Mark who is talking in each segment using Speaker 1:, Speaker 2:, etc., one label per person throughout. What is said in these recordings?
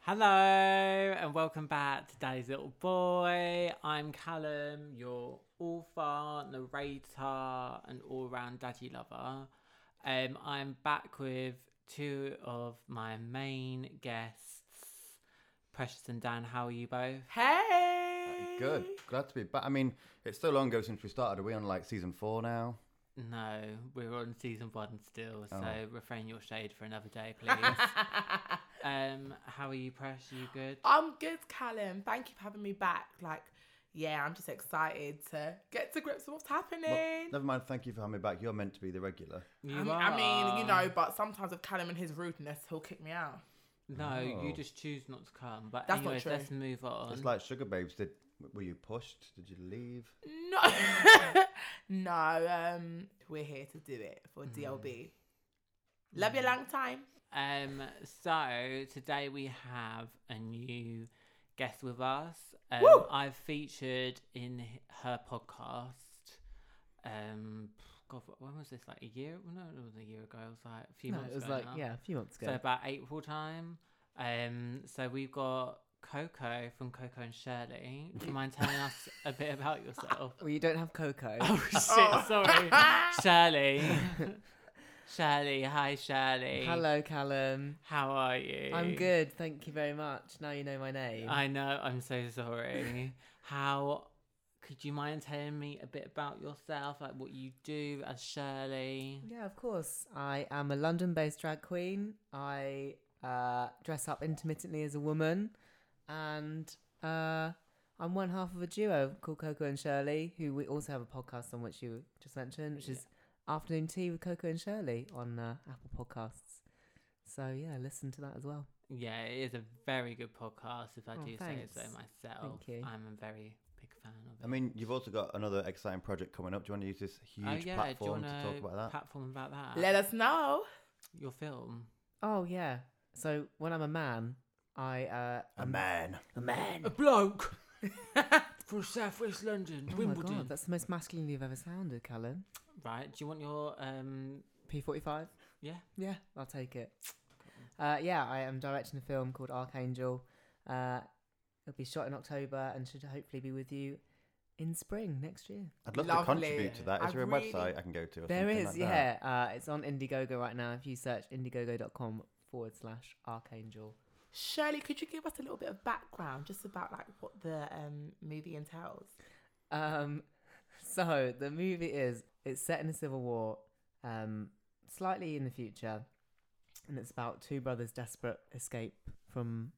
Speaker 1: Hello and welcome back to Daddy's Little Boy. I'm Callum, your author, narrator, and all-round daddy lover. Um, I'm back with two of my main guests, Precious and Dan. How are you both?
Speaker 2: Hey.
Speaker 3: Uh, Good. Glad to be back. I mean, it's so long ago since we started. Are we on like season four now?
Speaker 1: No, we're on season one still, so
Speaker 3: Oh.
Speaker 1: refrain your shade for another day, please. um, how are you, Precious? You good?
Speaker 2: I'm good, Callum. Thank you for having me back. Like, yeah, I'm just excited to get to grips with what's happening.
Speaker 3: Never mind. Thank you for having me back. You're meant to be the regular.
Speaker 2: I, mean,
Speaker 1: You
Speaker 2: I mean, you
Speaker 1: are.
Speaker 2: know, but sometimes with Callum and his rudeness, he'll kick me out.
Speaker 1: No, you
Speaker 3: Oh.
Speaker 1: just choose not to come. But
Speaker 2: That's not
Speaker 1: anyways,
Speaker 2: true.
Speaker 1: let's move on.
Speaker 3: It's like Sugar Babes. Did were you pushed? Did you leave?
Speaker 2: No, no. Um, we're here to do it for
Speaker 1: Mm.
Speaker 2: DLB. Love you, long time.
Speaker 1: Um, so today we have a new guest with us. Um,
Speaker 2: Woo!
Speaker 1: I've featured in h- her podcast. Um, God, wh- when was this? Like a year? No, it was a year ago. It was like a few
Speaker 4: No,
Speaker 1: months
Speaker 4: it was
Speaker 1: ago
Speaker 4: like
Speaker 1: now.
Speaker 4: yeah, a few months ago.
Speaker 1: So about April time. Um, so we've got Coco from Coco and Shirley. Do you mind telling us a bit about yourself?
Speaker 4: well, you don't have Coco.
Speaker 1: Oh shit!
Speaker 2: Oh.
Speaker 1: Sorry, Shirley. Shirley, hi Shirley.
Speaker 4: Hello, Callum.
Speaker 1: How are you?
Speaker 4: I'm good, thank you very much. Now you know my name.
Speaker 1: I know. I'm so sorry. How could you mind telling me a bit about yourself, like what you do as Shirley?
Speaker 4: yeah, of course. I am a London-based drag queen. I uh, dress up intermittently as a woman, and uh, I'm one half of a duo called Coco and Shirley, who we also have a podcast on which you just mentioned, which is Afternoon Tea with Coco and Shirley on uh, Apple Podcasts. So yeah, listen to that as well.
Speaker 1: Yeah, it is a very good podcast. If I
Speaker 4: Oh,
Speaker 1: do say it so
Speaker 4: thanks.
Speaker 1: myself,
Speaker 4: Thank you.
Speaker 1: I'm a very big fan of.
Speaker 3: I mean, you've also got another exciting project coming up. Do you want to use this huge
Speaker 1: oh yeah,
Speaker 3: platform
Speaker 1: do you
Speaker 3: to
Speaker 1: wanna
Speaker 3: talk about that?
Speaker 1: Platform about that.
Speaker 2: Let us know.
Speaker 1: Your film.
Speaker 4: Oh yeah. So when I'm a man, I uh,
Speaker 3: a
Speaker 4: am-
Speaker 3: man.
Speaker 4: A man.
Speaker 1: A bloke from Southwest London,
Speaker 4: Oh my
Speaker 1: Wimbledon.
Speaker 4: god, that's the most masculine you've ever sounded, Callum.
Speaker 1: Right. Do you want your um?
Speaker 4: P45?
Speaker 1: Yeah.
Speaker 4: Yeah, I'll take it. Uh, yeah, I am directing a film called Archangel. Uh, it'll be shot in October and should hopefully be with you in spring next year.
Speaker 3: I'd love
Speaker 2: Lovely.
Speaker 3: to contribute to that. Is
Speaker 2: I
Speaker 3: there a
Speaker 2: really-
Speaker 3: website I can go to? Or
Speaker 4: there
Speaker 3: something
Speaker 4: is,
Speaker 3: like that?
Speaker 4: yeah. Uh, it's on Indiegogo right now. If you search indiegogo.com forward slash Archangel.
Speaker 2: Shirley, could you give us a little bit of background just about like what the um, movie entails?
Speaker 4: Um, so the movie is it's set in a civil war, um, slightly in the future, and it's about two brothers desperate escape from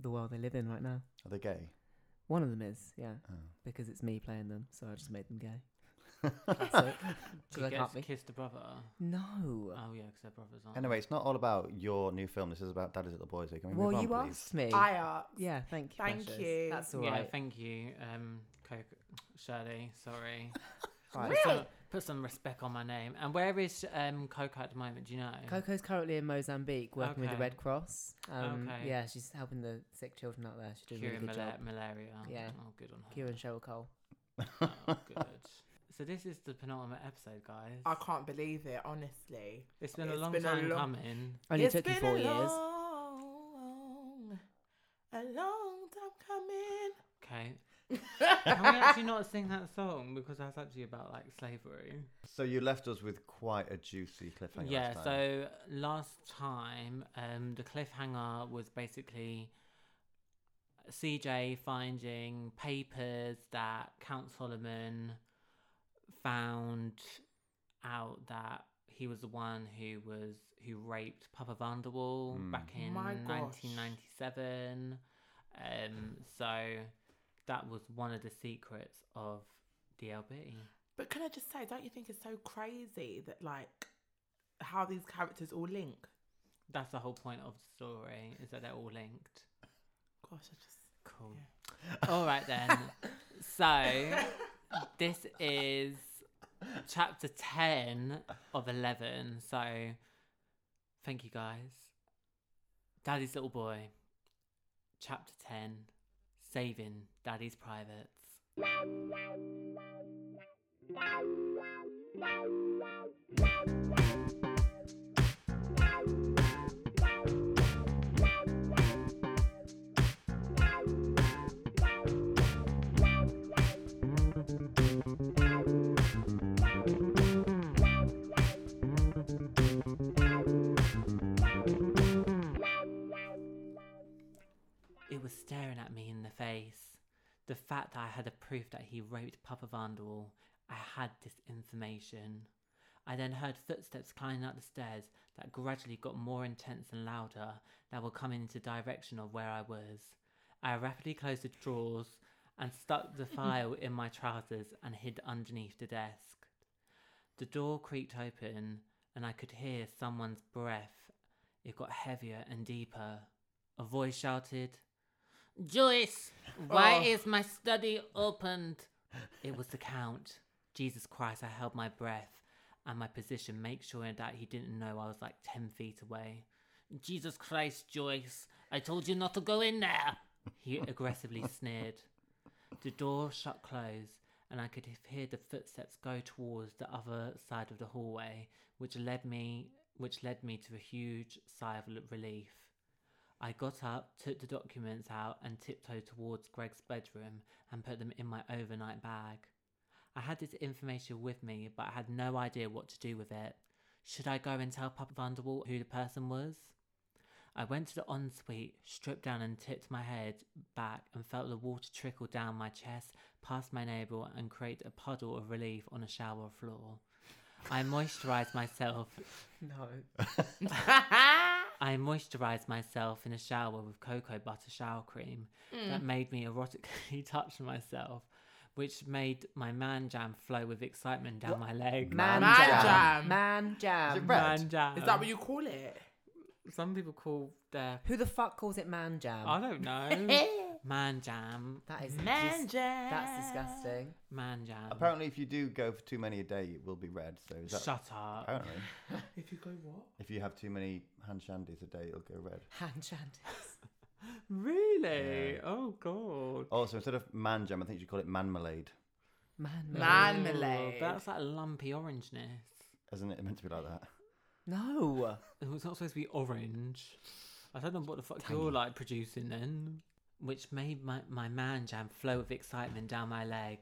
Speaker 4: the world they live in right now.
Speaker 3: Are they gay?
Speaker 4: One of them is, yeah,
Speaker 3: Oh.
Speaker 4: because it's me playing them, so I just made them gay.
Speaker 1: She
Speaker 4: Because I
Speaker 1: gets
Speaker 4: can't
Speaker 1: to
Speaker 4: be.
Speaker 1: kiss the brother.
Speaker 4: No.
Speaker 1: Oh yeah, because their brothers aren't.
Speaker 3: Anyway, it's not all about your new film. This is about Daddy's Little Boys. So can we
Speaker 4: well,
Speaker 3: move on,
Speaker 4: you
Speaker 3: please?
Speaker 4: asked me.
Speaker 2: I uh, are
Speaker 4: Yeah, thank you.
Speaker 2: Thank
Speaker 4: precious.
Speaker 2: you.
Speaker 4: That's all
Speaker 1: yeah,
Speaker 4: right.
Speaker 1: thank you, um, Coco, Shirley. Sorry.
Speaker 4: Right.
Speaker 1: Put some, put some respect on my name. And where is um Coco at the moment? Do you know?
Speaker 4: Coco's currently in Mozambique working with
Speaker 1: Okay.
Speaker 4: the Red Cross. Um,
Speaker 1: Okay.
Speaker 4: Yeah, she's helping the sick children out there. She's doing a
Speaker 1: Curing
Speaker 4: really good
Speaker 1: mala-
Speaker 4: job.
Speaker 1: malaria.
Speaker 4: Yeah.
Speaker 1: Oh, good on her.
Speaker 4: Kira and Cheryl Cole.
Speaker 1: Oh, good. So this is the penultimate episode, guys.
Speaker 2: I can't believe it, honestly.
Speaker 1: It's been a
Speaker 2: It's
Speaker 1: long
Speaker 2: been a
Speaker 1: time
Speaker 2: long-
Speaker 1: coming.
Speaker 4: Only
Speaker 2: It's
Speaker 4: took you
Speaker 2: been
Speaker 4: four
Speaker 2: a
Speaker 4: years.
Speaker 2: Long, a long time coming.
Speaker 1: Okay. Can we actually not sing that song because that's actually about like slavery?
Speaker 3: So you left us with quite a juicy cliffhanger.
Speaker 1: yeah.
Speaker 3: last time.
Speaker 1: So last time, um, the cliffhanger was basically CJ finding papers that Count Solomon found out that he was the one who was who raped Papa Vanderwall
Speaker 3: Mm.
Speaker 1: back in
Speaker 2: My gosh.
Speaker 1: 1997. Um, so that was one of the secrets of DLB.
Speaker 2: But can I just say, don't you think it's so crazy that like how these characters all link?
Speaker 1: That's the whole point of the story is that they're all linked.
Speaker 2: Gosh, I just
Speaker 1: Cool. All right then. so this is chapter 10 of 11. So thank you guys. Daddy's little boy. Chapter 10. Saving Daddy's privates. It was staring at me in the face. The fact that I had a proof that he raped Papa Vandal, I had this information. I then heard footsteps climbing up the stairs that gradually got more intense and louder that were coming into the direction of where I was. I rapidly closed the drawers and stuck the file in my trousers and hid underneath the desk. The door creaked open and I could hear someone's breath. It got heavier and deeper. A voice shouted, Joyce, why
Speaker 2: Oh.
Speaker 1: is my study opened? It was the count. Jesus Christ, I held my breath and my position, make sure that he didn't know I was like 10 feet away. Jesus Christ, Joyce, I told you not to go in there. He aggressively sneered. The door shut close, and I could hear the footsteps go towards the other side of the hallway, which led me, which led me to a huge sigh of l- relief. I got up, took the documents out, and tiptoed towards Greg's bedroom and put them in my overnight bag. I had this information with me, but I had no idea what to do with it. Should I go and tell Papa Vanderwall who the person was? I went to the ensuite, stripped down and tipped my head back and felt the water trickle down my chest, past my navel, and create a puddle of relief on a shower floor. I moisturised myself.
Speaker 4: No.
Speaker 1: I moisturised myself in a shower with cocoa butter shower cream that made me erotically touch myself, which made my man jam flow with excitement down my leg.
Speaker 4: Man,
Speaker 2: Man
Speaker 4: jam.
Speaker 2: jam.
Speaker 4: Man jam.
Speaker 3: Is it red?
Speaker 1: Man jam.
Speaker 2: Is
Speaker 4: Um,
Speaker 2: that what you call it?
Speaker 1: Some people call their.
Speaker 4: Who the fuck calls it man jam?
Speaker 1: I don't know. man jam.
Speaker 4: that is
Speaker 2: Man
Speaker 4: just-
Speaker 2: jam.
Speaker 4: That's disgusting.
Speaker 1: Man jam.
Speaker 3: Apparently, if you do go for too many a day, it will be red. So is that
Speaker 1: Shut up.
Speaker 3: apparently,
Speaker 2: If you go what?
Speaker 3: if you have too many hand shandies a day, it'll go red.
Speaker 4: Hand shanties.
Speaker 1: Really? Oh god.
Speaker 3: Also, instead of man jam, I think you should call it manmalade,
Speaker 4: Man.
Speaker 2: Man
Speaker 1: Ooh,
Speaker 2: malade.
Speaker 1: Oh, That's like lumpy orangeness.
Speaker 3: isn't it? Meant to be like that.
Speaker 4: No.
Speaker 1: It was not supposed to be orange. I don't know what the fuck you're like producing then. Which made my, my man jam flow with excitement down my leg.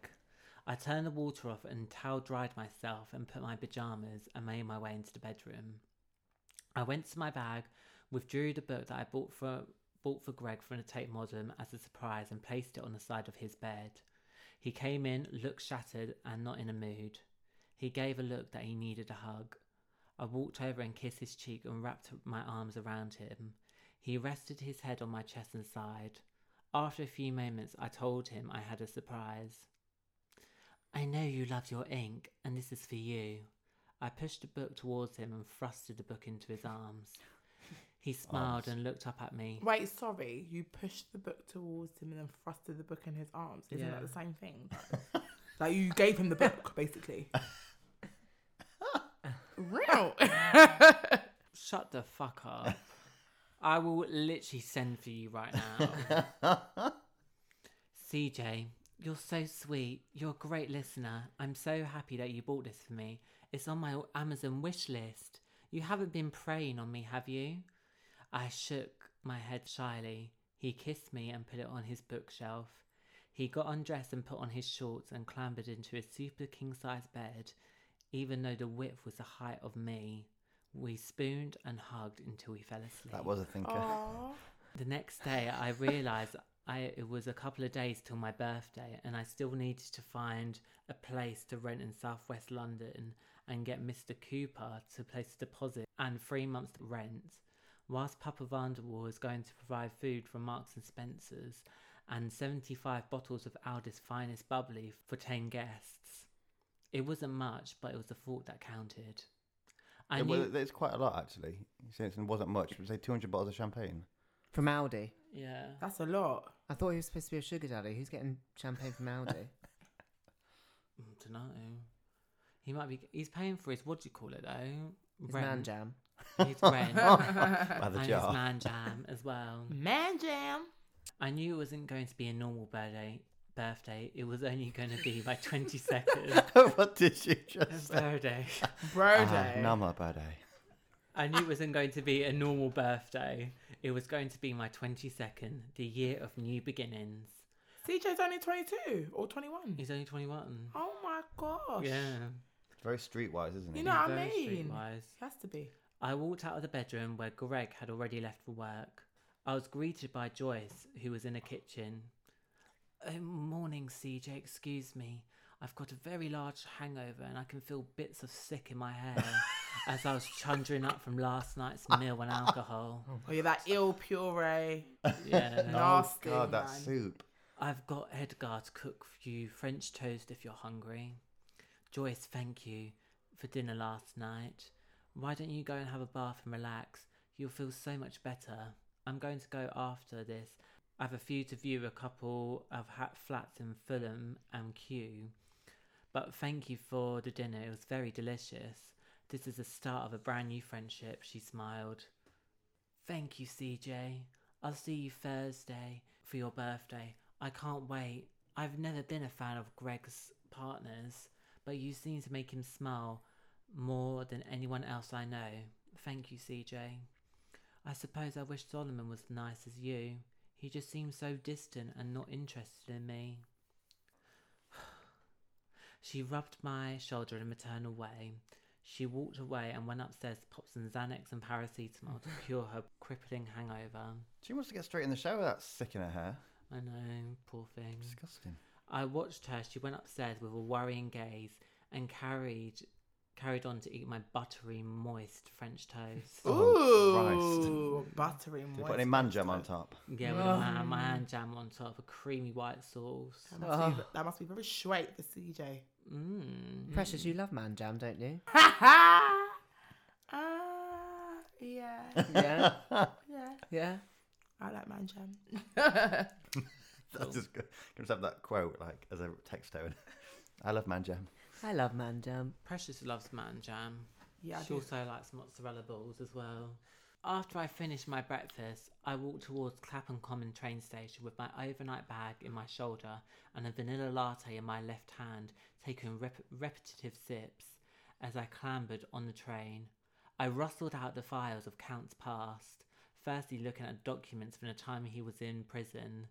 Speaker 1: I turned the water off and towel dried myself and put my pajamas and made my way into the bedroom. I went to my bag, withdrew the book that I bought for bought for Greg from the Tate Modern as a surprise and placed it on the side of his bed. He came in, looked shattered and not in a mood. He gave a look that he needed a hug. I walked over and kissed his cheek and wrapped my arms around him. He rested his head on my chest and sighed. After a few moments, I told him I had a surprise. I know you love your ink, and this is for you. I pushed the book towards him and thrusted the book into his arms. He smiled
Speaker 3: Arms.
Speaker 1: and looked up at me.
Speaker 2: Wait, sorry. You pushed the book towards him and then thrusted the book in his arms. Isn't
Speaker 1: Yeah.
Speaker 2: that the same thing? like you gave him the book, basically. Real.
Speaker 1: Shut the fuck up. I will literally send for you right now. CJ, you're so sweet. You're a great listener. I'm so happy that you bought this for me. It's on my Amazon wish list. You haven't been preying on me, have you? I shook my head shyly. He kissed me and put it on his bookshelf. He got undressed and put on his shorts and clambered into his super king size bed, even though the width was the height of me. We spooned and hugged until we fell asleep.
Speaker 3: That was a thinker.
Speaker 2: Aw.
Speaker 1: The next day, I realised I it was a couple of days till my birthday, and I still needed to find a place to rent in Southwest London and get Mr. Cooper to place a deposit and three months rent. Whilst Papa Vanderwall was going to provide food from Marks and Spencers and 75 bottles of Aldi's finest bubbly for 10 guests. It wasn't much, but it was the thought that counted. I
Speaker 3: It
Speaker 1: knew-
Speaker 3: wa- it's quite a lot actually. Since it wasn't much, say 200 bottles of champagne.
Speaker 4: From Aldi.
Speaker 1: yeah.
Speaker 2: That's a lot.
Speaker 4: I thought he was supposed to be a sugar daddy. Who's getting champagne from Aldi?
Speaker 1: don't know. He might be. He's paying for his what do you call it though?
Speaker 4: It's man jam.
Speaker 1: His rent
Speaker 3: By the
Speaker 1: and his
Speaker 3: jar.
Speaker 1: man jam as well.
Speaker 2: Man jam.
Speaker 1: I knew it wasn't going to be a normal birthday. Birthday. It was only going to be my twenty second
Speaker 3: what did you just say?
Speaker 1: birthday. Uh,
Speaker 2: Bro
Speaker 3: Ah,
Speaker 2: day.
Speaker 3: Nama Bade.
Speaker 1: I knew it wasn't going to be a normal birthday. It was going to be my twenty second, the year of new beginnings.
Speaker 2: CJ's only 22 or 21.
Speaker 1: He's only twenty one.
Speaker 2: Oh my gosh.
Speaker 1: Yeah,
Speaker 3: Very streetwise, isn't it?
Speaker 2: You know what I
Speaker 1: Very
Speaker 2: mean?
Speaker 1: streetwise.
Speaker 2: Has to be.
Speaker 1: I walked out of the bedroom where Greg had already left for work. I was greeted by Joyce, who was in a kitchen. Oh, morning, CJ, excuse me. I've got a very large hangover and I can feel bits of sick in my hair as I was chundering up from last night's meal and alcohol.
Speaker 2: Oh, yeah, that ill puree.
Speaker 1: Yeah.
Speaker 2: Nasty.
Speaker 3: Oh, God, that
Speaker 2: man.
Speaker 3: soup.
Speaker 1: I've got Edgar to cook for you French toast if you're hungry. Joyce, thank you for dinner last night. Why don't you go and have a bath and relax? You'll feel so much better. I'm going to go after this. I have a few to view a couple of hat flats in Fulham and Kew. But thank you for the dinner. It was very delicious. This is the start of a brand new friendship, she smiled. Thank you, CJ. I'll see you Thursday for your birthday. I can't wait. I've never been a fan of Greg's partners, but you seem to make him smile more than anyone else I know. Thank you, CJ. I suppose I wish Solomon was nice as you. He just seems so distant and not interested in me. She rubbed my shoulder in a maternal way. She walked away and went upstairs to pop some Xanax and paracetamol to cure her crippling hangover.
Speaker 3: She wants to get straight in the shower. That's sick in her hair.
Speaker 1: I know, poor thing.
Speaker 3: Disgusting.
Speaker 1: I watched her. She went upstairs with a worrying gaze and carried carried on to eat my buttery, moist French toast.
Speaker 3: Oh,
Speaker 2: Ooh, buttery
Speaker 3: Did you
Speaker 2: moist.
Speaker 3: put any man jam on top?
Speaker 1: yeah, with a man, man jam on top, a creamy white sauce.
Speaker 2: That must, be, that must be very straight for CJ.
Speaker 1: Mmm.
Speaker 2: Mm.
Speaker 4: Precious, you love man jam, don't you?
Speaker 2: Ha ha! Ah, Uh, yeah,
Speaker 4: Yeah,
Speaker 2: yeah.
Speaker 4: yeah.
Speaker 2: I like man jam.
Speaker 3: That's just good. Can just have that quote like as a text tone. I love man jam.
Speaker 4: I love man jam.
Speaker 1: Precious loves man jam.
Speaker 2: Yeah, I
Speaker 1: she
Speaker 2: do.
Speaker 1: also likes mozzarella balls as well. After I finished my breakfast, I walked towards Clapham Common train station with my overnight bag in my shoulder and a vanilla latte in my left hand, taking rep- repetitive sips as I clambered on the train. I rustled out the files of Count's past, firstly looking at documents from the time he was in prison,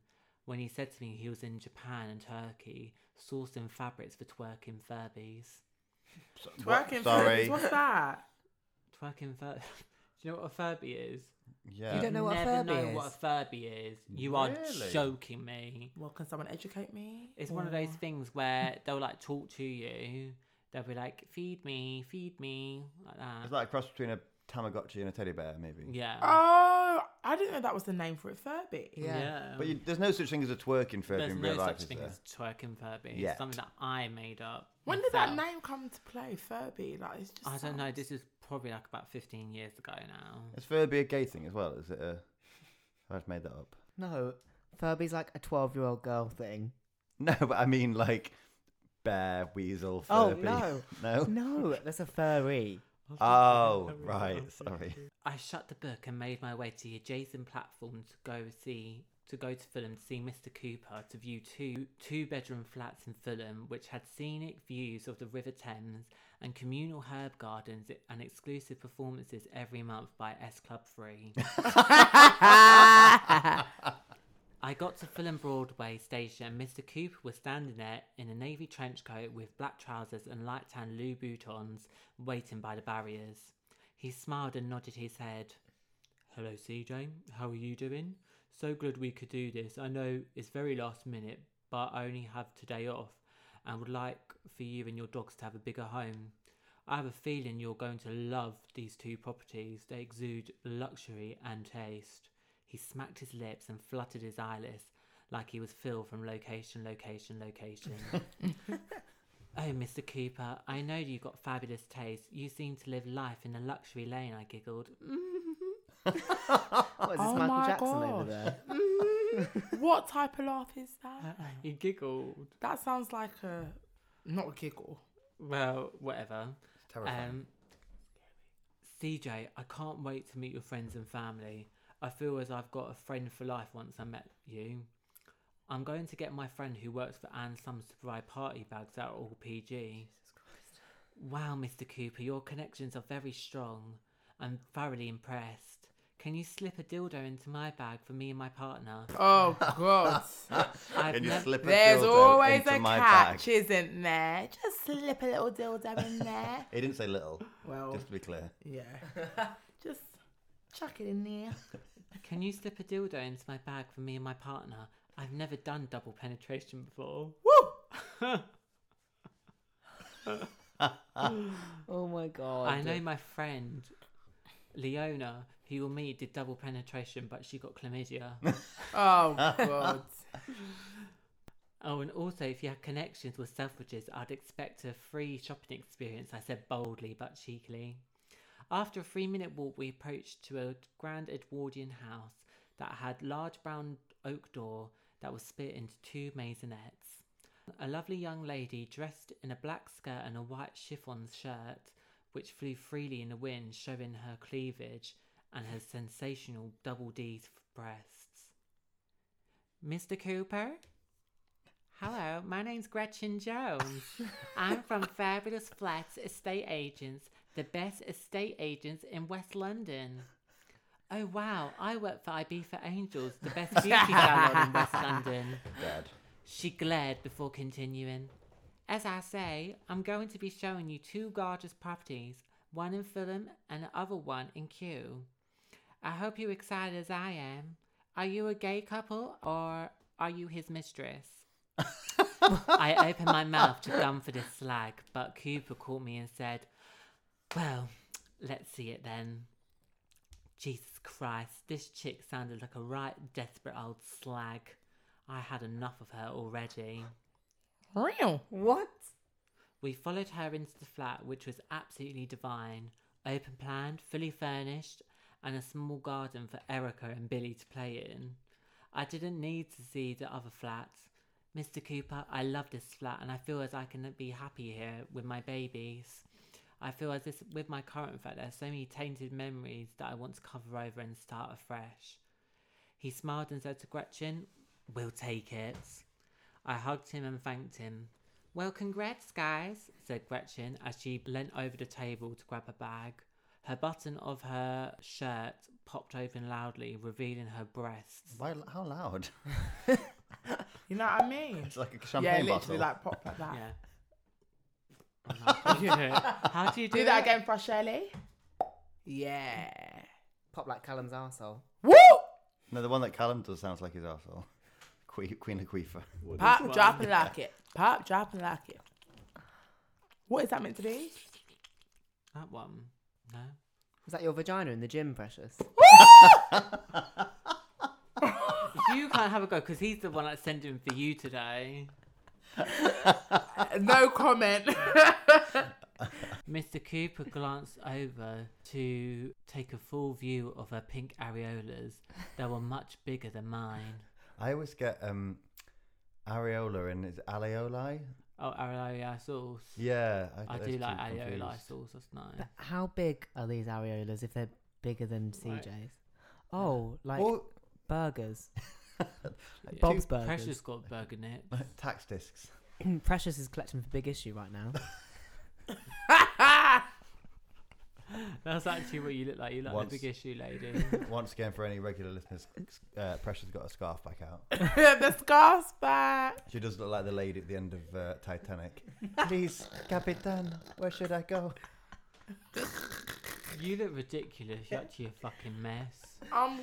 Speaker 1: when he said to me he was in Japan and Turkey, sourcing fabrics for twerking Furbies.
Speaker 3: So-
Speaker 2: Twerking
Speaker 3: Sorry.
Speaker 2: furbies, What's that?
Speaker 1: Twerking fur. Do you know what a Furby is?
Speaker 3: Yeah.
Speaker 4: You don't know what a
Speaker 1: Never
Speaker 4: Furby
Speaker 1: know
Speaker 4: is?
Speaker 1: what a Furby is. You are
Speaker 3: Really?
Speaker 1: joking me.
Speaker 2: Well, can someone educate me?
Speaker 1: It's one of those things where they'll like talk to you. They'll be like, "Feed me, feed me," like that.
Speaker 3: It's like a cross between a Tamagotchi and a teddy bear, maybe.
Speaker 1: yeah.
Speaker 2: Oh, I didn't know that was the name for it. Furby.
Speaker 4: Yeah.
Speaker 3: But you, there's no such thing as a twerking Furby
Speaker 1: There's
Speaker 3: in
Speaker 1: no
Speaker 3: real life,
Speaker 1: such
Speaker 3: is
Speaker 1: thing
Speaker 3: there?
Speaker 1: as twerking Furby.
Speaker 3: Yeah.
Speaker 1: It's something that I made up.
Speaker 2: When did that
Speaker 1: myself.
Speaker 2: name come to play? Furby. Like it's just.
Speaker 1: I don't know.
Speaker 2: sounds-
Speaker 1: This is probably like about 15 years ago now.
Speaker 3: Is Furby a gay thing as well? Is it a. I've made that up.
Speaker 4: No, Furby's like a twelve-year-old girl thing.
Speaker 3: No, but I mean like bear, weasel,
Speaker 4: Oh,
Speaker 3: Furby.
Speaker 4: no.
Speaker 1: Um,
Speaker 3: no?
Speaker 4: No, that's a furry.
Speaker 3: Oh, right. Sorry.
Speaker 1: I shut the book and made my way to the adjacent platform to go see to go to Fulham to see Mr. Cooper to view two two bedroom flats in Fulham which had scenic views of the River Thames and communal herb gardens and exclusive performances every month by S Club 3. I got to Fulham Broadway station and Mr. Cooper was standing there in a navy trench coat with black trousers and light tan Louboutins waiting by the barriers. He smiled and nodded his head. Hello, CJ. How are you doing? So glad we could do this. I know it's very last minute, but I only have today off and would like for you and your dogs to have a bigger home. I have a feeling you're going to love these two properties. They exude luxury and taste. He smacked his lips and fluttered his eyelids like he was Phil from location, location, location. oh, Mr. Cooper, I know you've got fabulous taste. You seem to live life in a luxury lane, I giggled.
Speaker 4: What is this,
Speaker 2: Oh
Speaker 4: Michael
Speaker 2: my
Speaker 4: Jackson over
Speaker 2: gosh.
Speaker 4: there?
Speaker 2: What type of laugh is that?
Speaker 1: He giggled.
Speaker 2: That sounds like a not a giggle.
Speaker 1: Well, whatever.
Speaker 3: Terrifying.
Speaker 1: Um, CJ, I can't wait to meet your friends and family. I feel as I've got a friend for life once I met you. I'm going to get my friend who works for Anne Sums to provide party bags that are all PG. Wow, Mr. Cooper, your connections are very strong. I'm thoroughly impressed. Can you slip a dildo into my bag for me and my partner?
Speaker 2: Oh God.
Speaker 1: I've
Speaker 3: Can you
Speaker 1: nev-
Speaker 3: slip a
Speaker 2: There's
Speaker 3: dildo
Speaker 2: always
Speaker 3: into
Speaker 2: a
Speaker 3: my
Speaker 2: catch,
Speaker 3: bag?
Speaker 2: isn't there? Just slip a little dildo in there.
Speaker 3: He didn't say little,
Speaker 2: Well,
Speaker 3: just to be clear.
Speaker 2: yeah. Just Chuck it in there.
Speaker 1: Can you slip a dildo into my bag for me and my partner? I've never done double penetration before. Woo!
Speaker 4: Oh my god.
Speaker 1: I know my friend Leona, who you'll meet, did double penetration, but she got chlamydia.
Speaker 2: Oh god.
Speaker 1: oh, and also, if you have connections with Selfridges, I'd expect a free shopping experience. I said boldly but cheekily. After a three-minute walk, we approached to a grand Edwardian house that had large brown oak door that was split into two maisonettes. A lovely young lady dressed in a black skirt and a white chiffon shirt, which flew freely in the wind, showing her cleavage and her sensational double D breasts. Mr. Cooper? Hello, my name's Gretchen Jones. I'm from Fabulous Flats Estate Agents, the best estate agents in West London. Oh wow, I work for Ibiza Angels, the best beauty salon in West London.
Speaker 3: Dad.
Speaker 1: She glared before continuing. As I say, I'm going to be showing you two gorgeous properties, one in Fulham and the other one in Kew. I hope you're excited as I am. Are you a gay couple or are you his mistress? I opened my mouth to dumb for this slag, but Cooper caught me and said, Well, let's see it then. Jesus Christ, this chick sounded like a right desperate old slag. I had enough of her already.
Speaker 2: Real.
Speaker 4: What?
Speaker 1: We followed her into the flat, which was absolutely divine. Open plan, fully furnished, and a small garden for Erica and Billy to play in. I didn't need to see the other flat. Mr. Cooper, I love this flat and I feel as I can be happy here with my babies. I feel as this with my current flat, there's so many tainted memories that I want to cover over and start afresh. He smiled and said to Gretchen, We'll take it. I hugged him and thanked him. Well, congrats, guys, said Gretchen as she leant over the table to grab a bag. Her button of her shirt popped open loudly, revealing her breasts.
Speaker 3: Why, how loud?
Speaker 2: You know what I mean?
Speaker 3: It's like a
Speaker 2: yeah,
Speaker 3: champagne bottle.
Speaker 2: literally like pop like that.
Speaker 1: Yeah. How do you do it? How do you do
Speaker 2: Do that
Speaker 1: it?
Speaker 2: again for us, Shirley. Yeah.
Speaker 4: Pop like Callum's arsehole.
Speaker 2: Woo!
Speaker 3: No, the one that Callum does sounds like his arsehole. Que- Queen of Queefer.
Speaker 2: Pop, drop, and lock it. Pop, drop, and lock it. What is that meant to be?
Speaker 1: That one. No.
Speaker 4: Is that your vagina in the gym, precious?
Speaker 1: You can't have a go because he's the one that's sending for you today.
Speaker 2: Uh, No comment.
Speaker 1: Mr. Cooper glanced over to take a full view of her pink areolas that were much bigger than mine.
Speaker 3: I always get um, areola and is it aleoli?
Speaker 1: Oh, areola sauce.
Speaker 3: Yeah,
Speaker 1: I
Speaker 3: get
Speaker 1: do
Speaker 3: those
Speaker 1: like
Speaker 3: two
Speaker 1: areola
Speaker 3: confused.
Speaker 1: sauce. That's nice.
Speaker 4: But how big are these areolas if they're bigger than CJ's? Oh, like
Speaker 3: Or
Speaker 4: burgers.
Speaker 3: like
Speaker 4: Bob's
Speaker 3: two-
Speaker 4: burgers.
Speaker 1: Pressure's got burger in it.
Speaker 3: like tax discs.
Speaker 4: Precious is collecting for big issue right now.
Speaker 1: That's actually what you look like. You look like
Speaker 3: Once-
Speaker 1: the big issue lady.
Speaker 3: Once again, for any regular listeners, uh, Pressure's got a scarf back out.
Speaker 2: the scarf's back.
Speaker 3: She does look like the lady at the end of uh, Titanic. Please, Capitan, where should I go?
Speaker 1: you look ridiculous. You're actually a fucking mess.
Speaker 2: I'm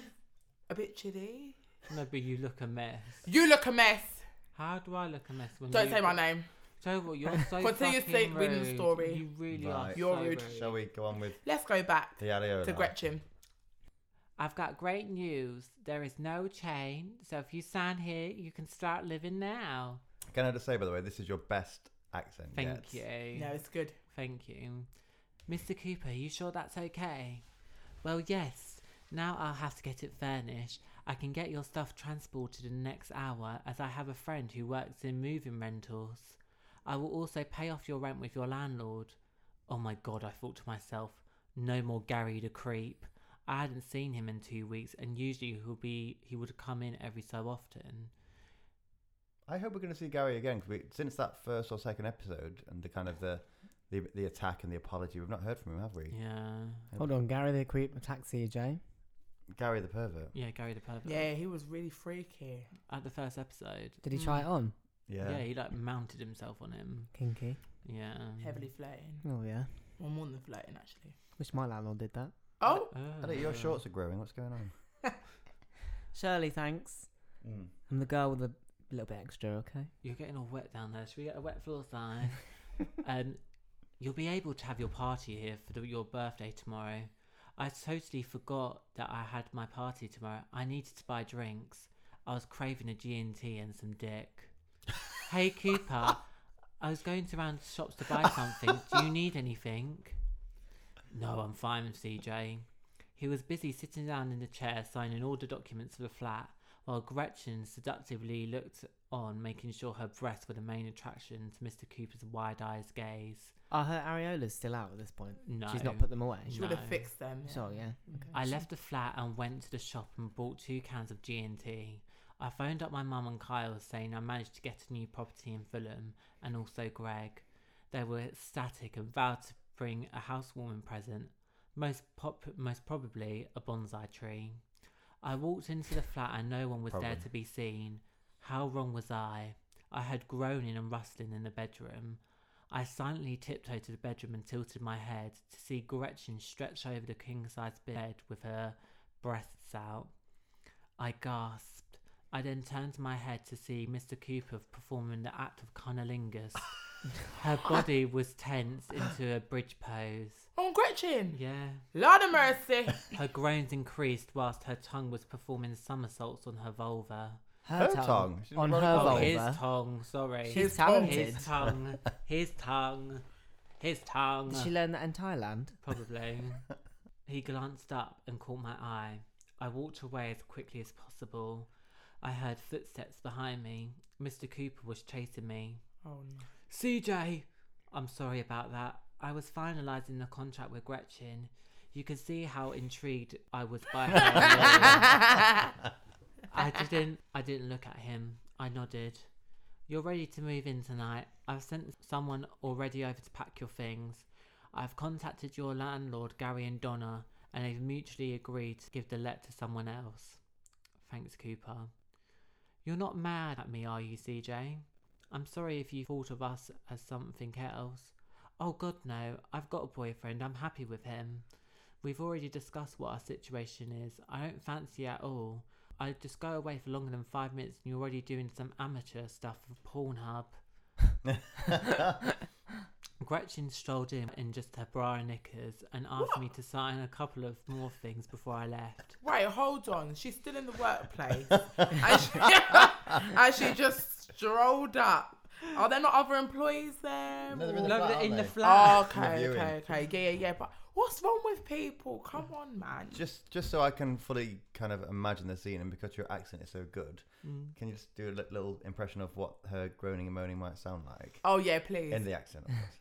Speaker 2: a bit chilly.
Speaker 1: No, but you look a mess.
Speaker 2: You look a mess.
Speaker 1: How do I look a mess when
Speaker 2: Don't
Speaker 1: you...
Speaker 2: say my name.
Speaker 1: Tell you what, you're so
Speaker 2: Continue
Speaker 1: fucking
Speaker 2: saying-
Speaker 1: rude.
Speaker 2: reading the story.
Speaker 1: You really are
Speaker 3: Right.
Speaker 2: You're
Speaker 1: so
Speaker 2: rude.
Speaker 3: Shall we go on with
Speaker 2: Let's go back
Speaker 3: the areola?
Speaker 2: to Gretchen.
Speaker 1: I've got great news. There is no chain, so if you sign here, you can start living now.
Speaker 3: Can I just say, by the way, this is your best accent.
Speaker 1: Thank
Speaker 3: yet.
Speaker 1: you.
Speaker 2: No, it's good.
Speaker 1: Thank you. Mr. Cooper, you sure that's okay? Well, yes. Now I'll have to get it furnished. I can get your stuff transported in the next hour as I have a friend who works in moving rentals. I will also pay off your rent with your landlord. Oh my god, I thought to myself, no more Gary the creep. I hadn't seen him in two weeks and usually he'll be he would come in every so often.
Speaker 3: I hope we're going to see Gary again because since that first or second episode and the kind of the, the the attack and the apology, we've not heard from him, have we?
Speaker 1: Yeah.
Speaker 4: Hold on, Gary the Creep attacks CJ.
Speaker 3: Gary the pervert.
Speaker 1: Yeah, Gary the pervert.
Speaker 2: Yeah, he was really freaky.
Speaker 1: At the first episode.
Speaker 4: Did he try it on?
Speaker 3: Yeah.
Speaker 1: yeah, he like mounted himself on him.
Speaker 4: Kinky.
Speaker 1: Yeah.
Speaker 2: Heavily flirting.
Speaker 4: Oh yeah.
Speaker 2: Well, more than flirting, actually.
Speaker 4: Wish my landlord did that.
Speaker 2: Oh,
Speaker 3: Elliot, your shorts are growing. What's going on?
Speaker 4: Shirley, thanks.
Speaker 3: Mm.
Speaker 4: I'm the girl with a little bit extra, okay?
Speaker 1: You're getting all wet down there. Should we get a wet floor sign? um, you'll be able to have your party here for the, your birthday tomorrow. I totally forgot that I had my party tomorrow. I needed to buy drinks. I was craving a G&T and some dick. hey, Cooper, I was going to round the shops to buy something. Do you need anything? No, I'm fine, CJ. He was busy sitting down in the chair signing all the documents for the flat while Gretchen seductively looked on, making sure her breasts were the main attraction to Mr. Cooper's wide eyes gaze.
Speaker 4: Are her areolas still out at this point?
Speaker 1: No.
Speaker 4: She's not put them away.
Speaker 2: she would have
Speaker 1: No.
Speaker 2: fixed them.
Speaker 4: So yeah. Okay.
Speaker 1: I left the flat and went to the shop and bought two cans of G&T. I phoned up my mum and Kyle saying I managed to get a new property in Fulham and also Greg. They were ecstatic and vowed to bring a housewarming present, most pop- most probably a bonsai tree. I walked into the flat and no one was there
Speaker 3: Probably.
Speaker 1: to be seen. How wrong was I? I heard groaning and rustling in the bedroom. I silently tiptoed to the bedroom and tilted my head to see Gretchen stretched over the king size bed with her breasts out. I gasped. I then turned my head to see Mr. Cooper performing the act of cunnilingus. her body was tense into a bridge pose.
Speaker 2: Oh, Gretchen.
Speaker 1: Yeah.
Speaker 2: Lord of mercy.
Speaker 1: Her groans increased whilst her tongue was performing somersaults on her vulva.
Speaker 3: Her tongue. She's
Speaker 4: On her
Speaker 3: running
Speaker 1: Oh,
Speaker 3: around.
Speaker 4: vulva.
Speaker 1: his tongue, sorry.
Speaker 4: She's
Speaker 2: His tongue.
Speaker 4: talented.
Speaker 1: his tongue. His tongue. His tongue.
Speaker 4: Did she learn that in Thailand?
Speaker 1: Probably. he glanced up and caught my eye. I walked away as quickly as possible. I heard footsteps behind me. Mr. Cooper was chasing me.
Speaker 2: Oh no.
Speaker 1: CJ! I'm sorry about that. I was finalising the contract with Gretchen. You can see how intrigued I was by her. I didn't I didn't look at him. I nodded. You're ready to move in tonight. I've sent someone already over to pack your things. I've contacted your landlord, Gary and Donna, and they've mutually agreed to give the let to someone else. Thanks, Cooper. You're not mad at me, are you, CJ? I'm sorry if you thought of us as something else. Oh, God, no. I've got a boyfriend. I'm happy with him. We've already discussed what our situation is. I don't fancy you at all. I just go away for longer than five minutes and you're already doing some amateur stuff for Pornhub. Gretchen strolled in in just her bra and knickers and asked me to sign a couple of more things before I left.
Speaker 2: Right, hold on. She's still in the workplace. and, she, and she just strolled up. Are there not other employees there?
Speaker 3: No, they're in
Speaker 2: or-
Speaker 3: the flat, aren't they?
Speaker 2: Oh,
Speaker 3: They're
Speaker 2: okay,
Speaker 3: viewing.
Speaker 2: okay, okay. Yeah, yeah, yeah. But what's wrong with people? Come on, man.
Speaker 3: Just, just so I can fully kind of imagine the scene, and because your accent is so good, can you just do a li- little impression of what her groaning and moaning might sound like
Speaker 2: Oh, yeah, please.
Speaker 3: in the accent? Of course.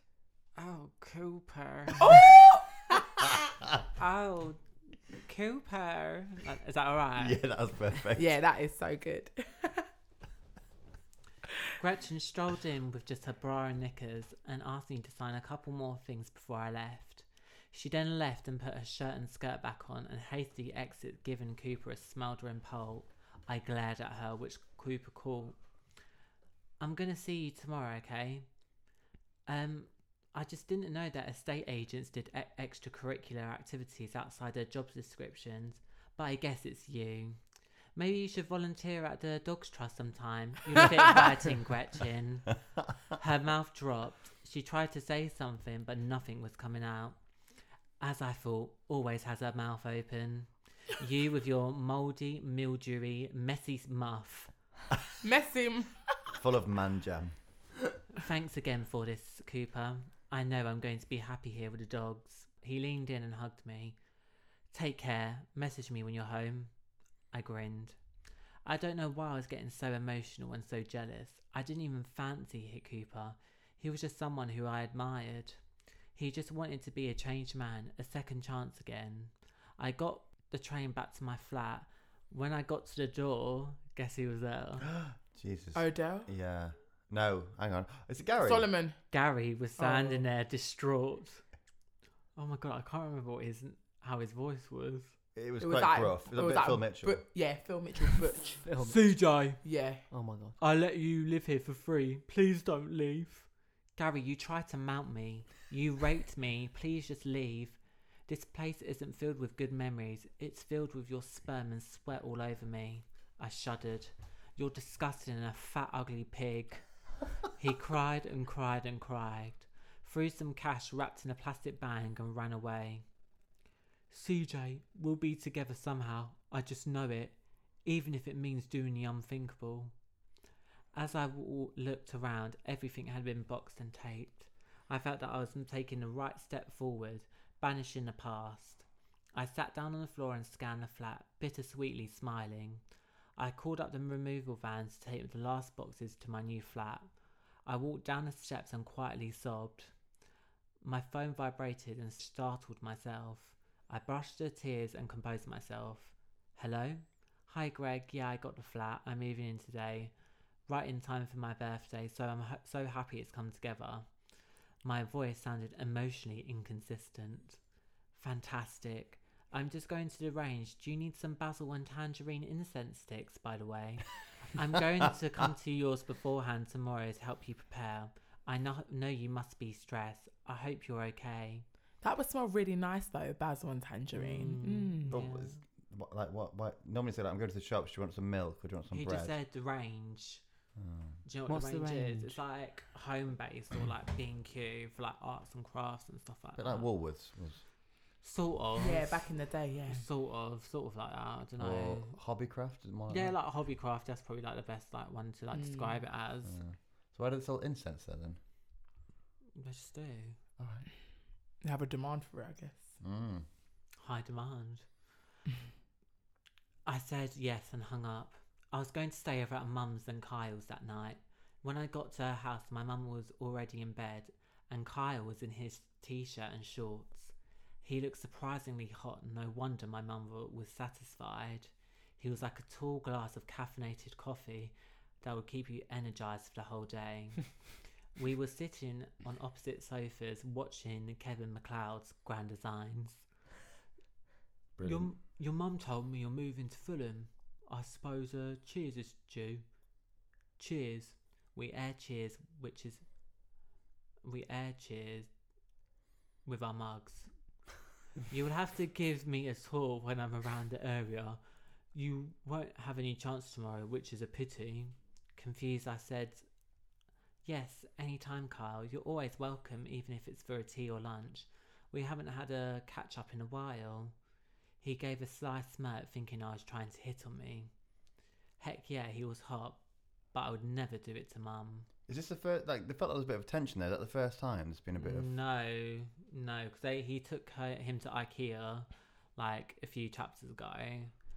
Speaker 1: Oh, Cooper.
Speaker 2: oh!
Speaker 1: Oh, Cooper. Is that alright?
Speaker 3: yeah, that was perfect.
Speaker 2: Yeah, that is so good.
Speaker 1: Gretchen strolled in with just her bra and knickers and asked me to sign a couple more things before I left. She then left and put her shirt and skirt back on and hastily exit, giving Cooper a smoldering pole. I glared at her, which Cooper called, I'm gonna see you tomorrow, okay? Um, I just didn't know that estate agents did e- extracurricular activities outside their job descriptions, but I guess it's you. Maybe you should volunteer at the Dogs Trust sometime. You'd fit right in, Gretchen. Her mouth dropped. She tried to say something, but nothing was coming out. As I thought, always has her mouth open. You with your mouldy, mildewy, messy muff.
Speaker 2: Mess him.
Speaker 3: Full of man jam.
Speaker 1: Thanks again for this, Cooper. I know I'm going to be happy here with the dogs. He leaned in and hugged me. Take care. Message me when you're home. I grinned. I don't know why I was getting so emotional and so jealous. I didn't even fancy Hit Cooper. He was just someone who I admired. He just wanted to be a changed man, a second chance again. I got the train back to my flat. When I got to the door, guess who was there?
Speaker 3: Jesus.
Speaker 2: Odell.
Speaker 3: Yeah. No, hang on. Is it Gary?
Speaker 2: Solomon.
Speaker 1: Gary was standing
Speaker 2: Oh.
Speaker 1: there distraught. Oh my god, I can't remember what his how his voice was.
Speaker 3: It was
Speaker 2: It
Speaker 3: quite
Speaker 2: like-
Speaker 3: gruff. It was a bit
Speaker 2: like
Speaker 3: Phil Mitchell.
Speaker 2: But, yeah, Phil Mitchell. Butch.
Speaker 4: Film.
Speaker 1: CJ,
Speaker 2: Yeah.
Speaker 4: Oh my god.
Speaker 1: I let you live here for free. Please don't leave. Gary, you tried to mount me. You raped me. Please just leave. This place isn't filled with good memories. It's filled with your sperm and sweat all over me. I shuddered. You're disgusting and a fat, ugly pig. he cried and cried and cried, threw some cash wrapped in a plastic bag and ran away. CJ, we'll be together somehow. I just know it, even if it means doing the unthinkable. As I w- looked around, everything had been boxed and taped. I felt that I was taking the right step forward, banishing the past. I sat down on the floor and scanned the flat, bittersweetly smiling. I called up the removal van to take the last boxes to my new flat. I walked down the steps and quietly sobbed. My phone vibrated and startled myself. I brushed the tears and composed myself. Hello? Hi, Greg. Yeah, I got the flat. I'm moving in today. Right in time for my birthday, so I'm ha- so happy it's come together. My voice sounded emotionally inconsistent. Fantastic. I'm just going to the range. Do you need some basil and tangerine incense sticks, by the way? I'm going to come to yours beforehand tomorrow to help you prepare. I know, know you must be stressed. I hope you're okay.
Speaker 2: That would smell really nice though, basil and tangerine. Mm.
Speaker 3: But was- what- like what? Why? Normally say like, I'm going to the shops. Do you want some milk or do you want some
Speaker 1: He
Speaker 3: bread? Hmm.
Speaker 1: just said the range. Do you know what
Speaker 4: What's
Speaker 1: the
Speaker 4: the
Speaker 1: range,
Speaker 4: range?
Speaker 1: is? It's like home based or like B and Q for like arts and crafts and stuff like
Speaker 3: Bit
Speaker 1: that.
Speaker 3: like Woolworths was,
Speaker 1: Sort
Speaker 3: Mm.
Speaker 1: of.
Speaker 2: Yeah, back in the day, yeah.
Speaker 1: Sort of, sort of like that. I don't know.
Speaker 3: or Hobbycraft. and more Like
Speaker 1: yeah,
Speaker 3: that.
Speaker 1: like hobbycraft. That's probably like the best like one to like
Speaker 2: Mm.
Speaker 1: describe it as.
Speaker 3: Yeah. So why do they sell incense there then?
Speaker 1: They just do.
Speaker 3: All right.
Speaker 2: They have a demand for it, I guess.
Speaker 3: Mm.
Speaker 1: High demand. I said yes and hung up. I was going to stay over at Mum's and Kyle's that night. When I got to her house, my mum was already in bed and Kyle was in his t shirt and shorts. He looked surprisingly hot, and no wonder my mum wa- was satisfied. He was like a tall glass of caffeinated coffee that would keep you energized for the whole day. we were sitting on opposite sofas watching Kevin McLeod's Grand Designs. Your,
Speaker 3: Brilliant.
Speaker 1: your mum told me you're moving to Fulham. I suppose uh, Cheers is due. Cheers. We air Cheers, which is. We air Cheers with our mugs. you will have to give me a tour when I'm around the area. You won't have any chance tomorrow, which is a pity. Confused, I said, Yes, anytime, Kyle. You're always welcome, even if it's for a tea or lunch. We haven't had a catch up in a while. He gave a sly smirk, thinking I was trying to hit on me. Heck yeah, he was hot, but I would never do it to mum.
Speaker 3: Is this the first? Like, they felt there was a bit of tension there. Is that the first time there's been a bit of.
Speaker 1: Mm. No, no, because he took her, him to IKEA like a few chapters ago.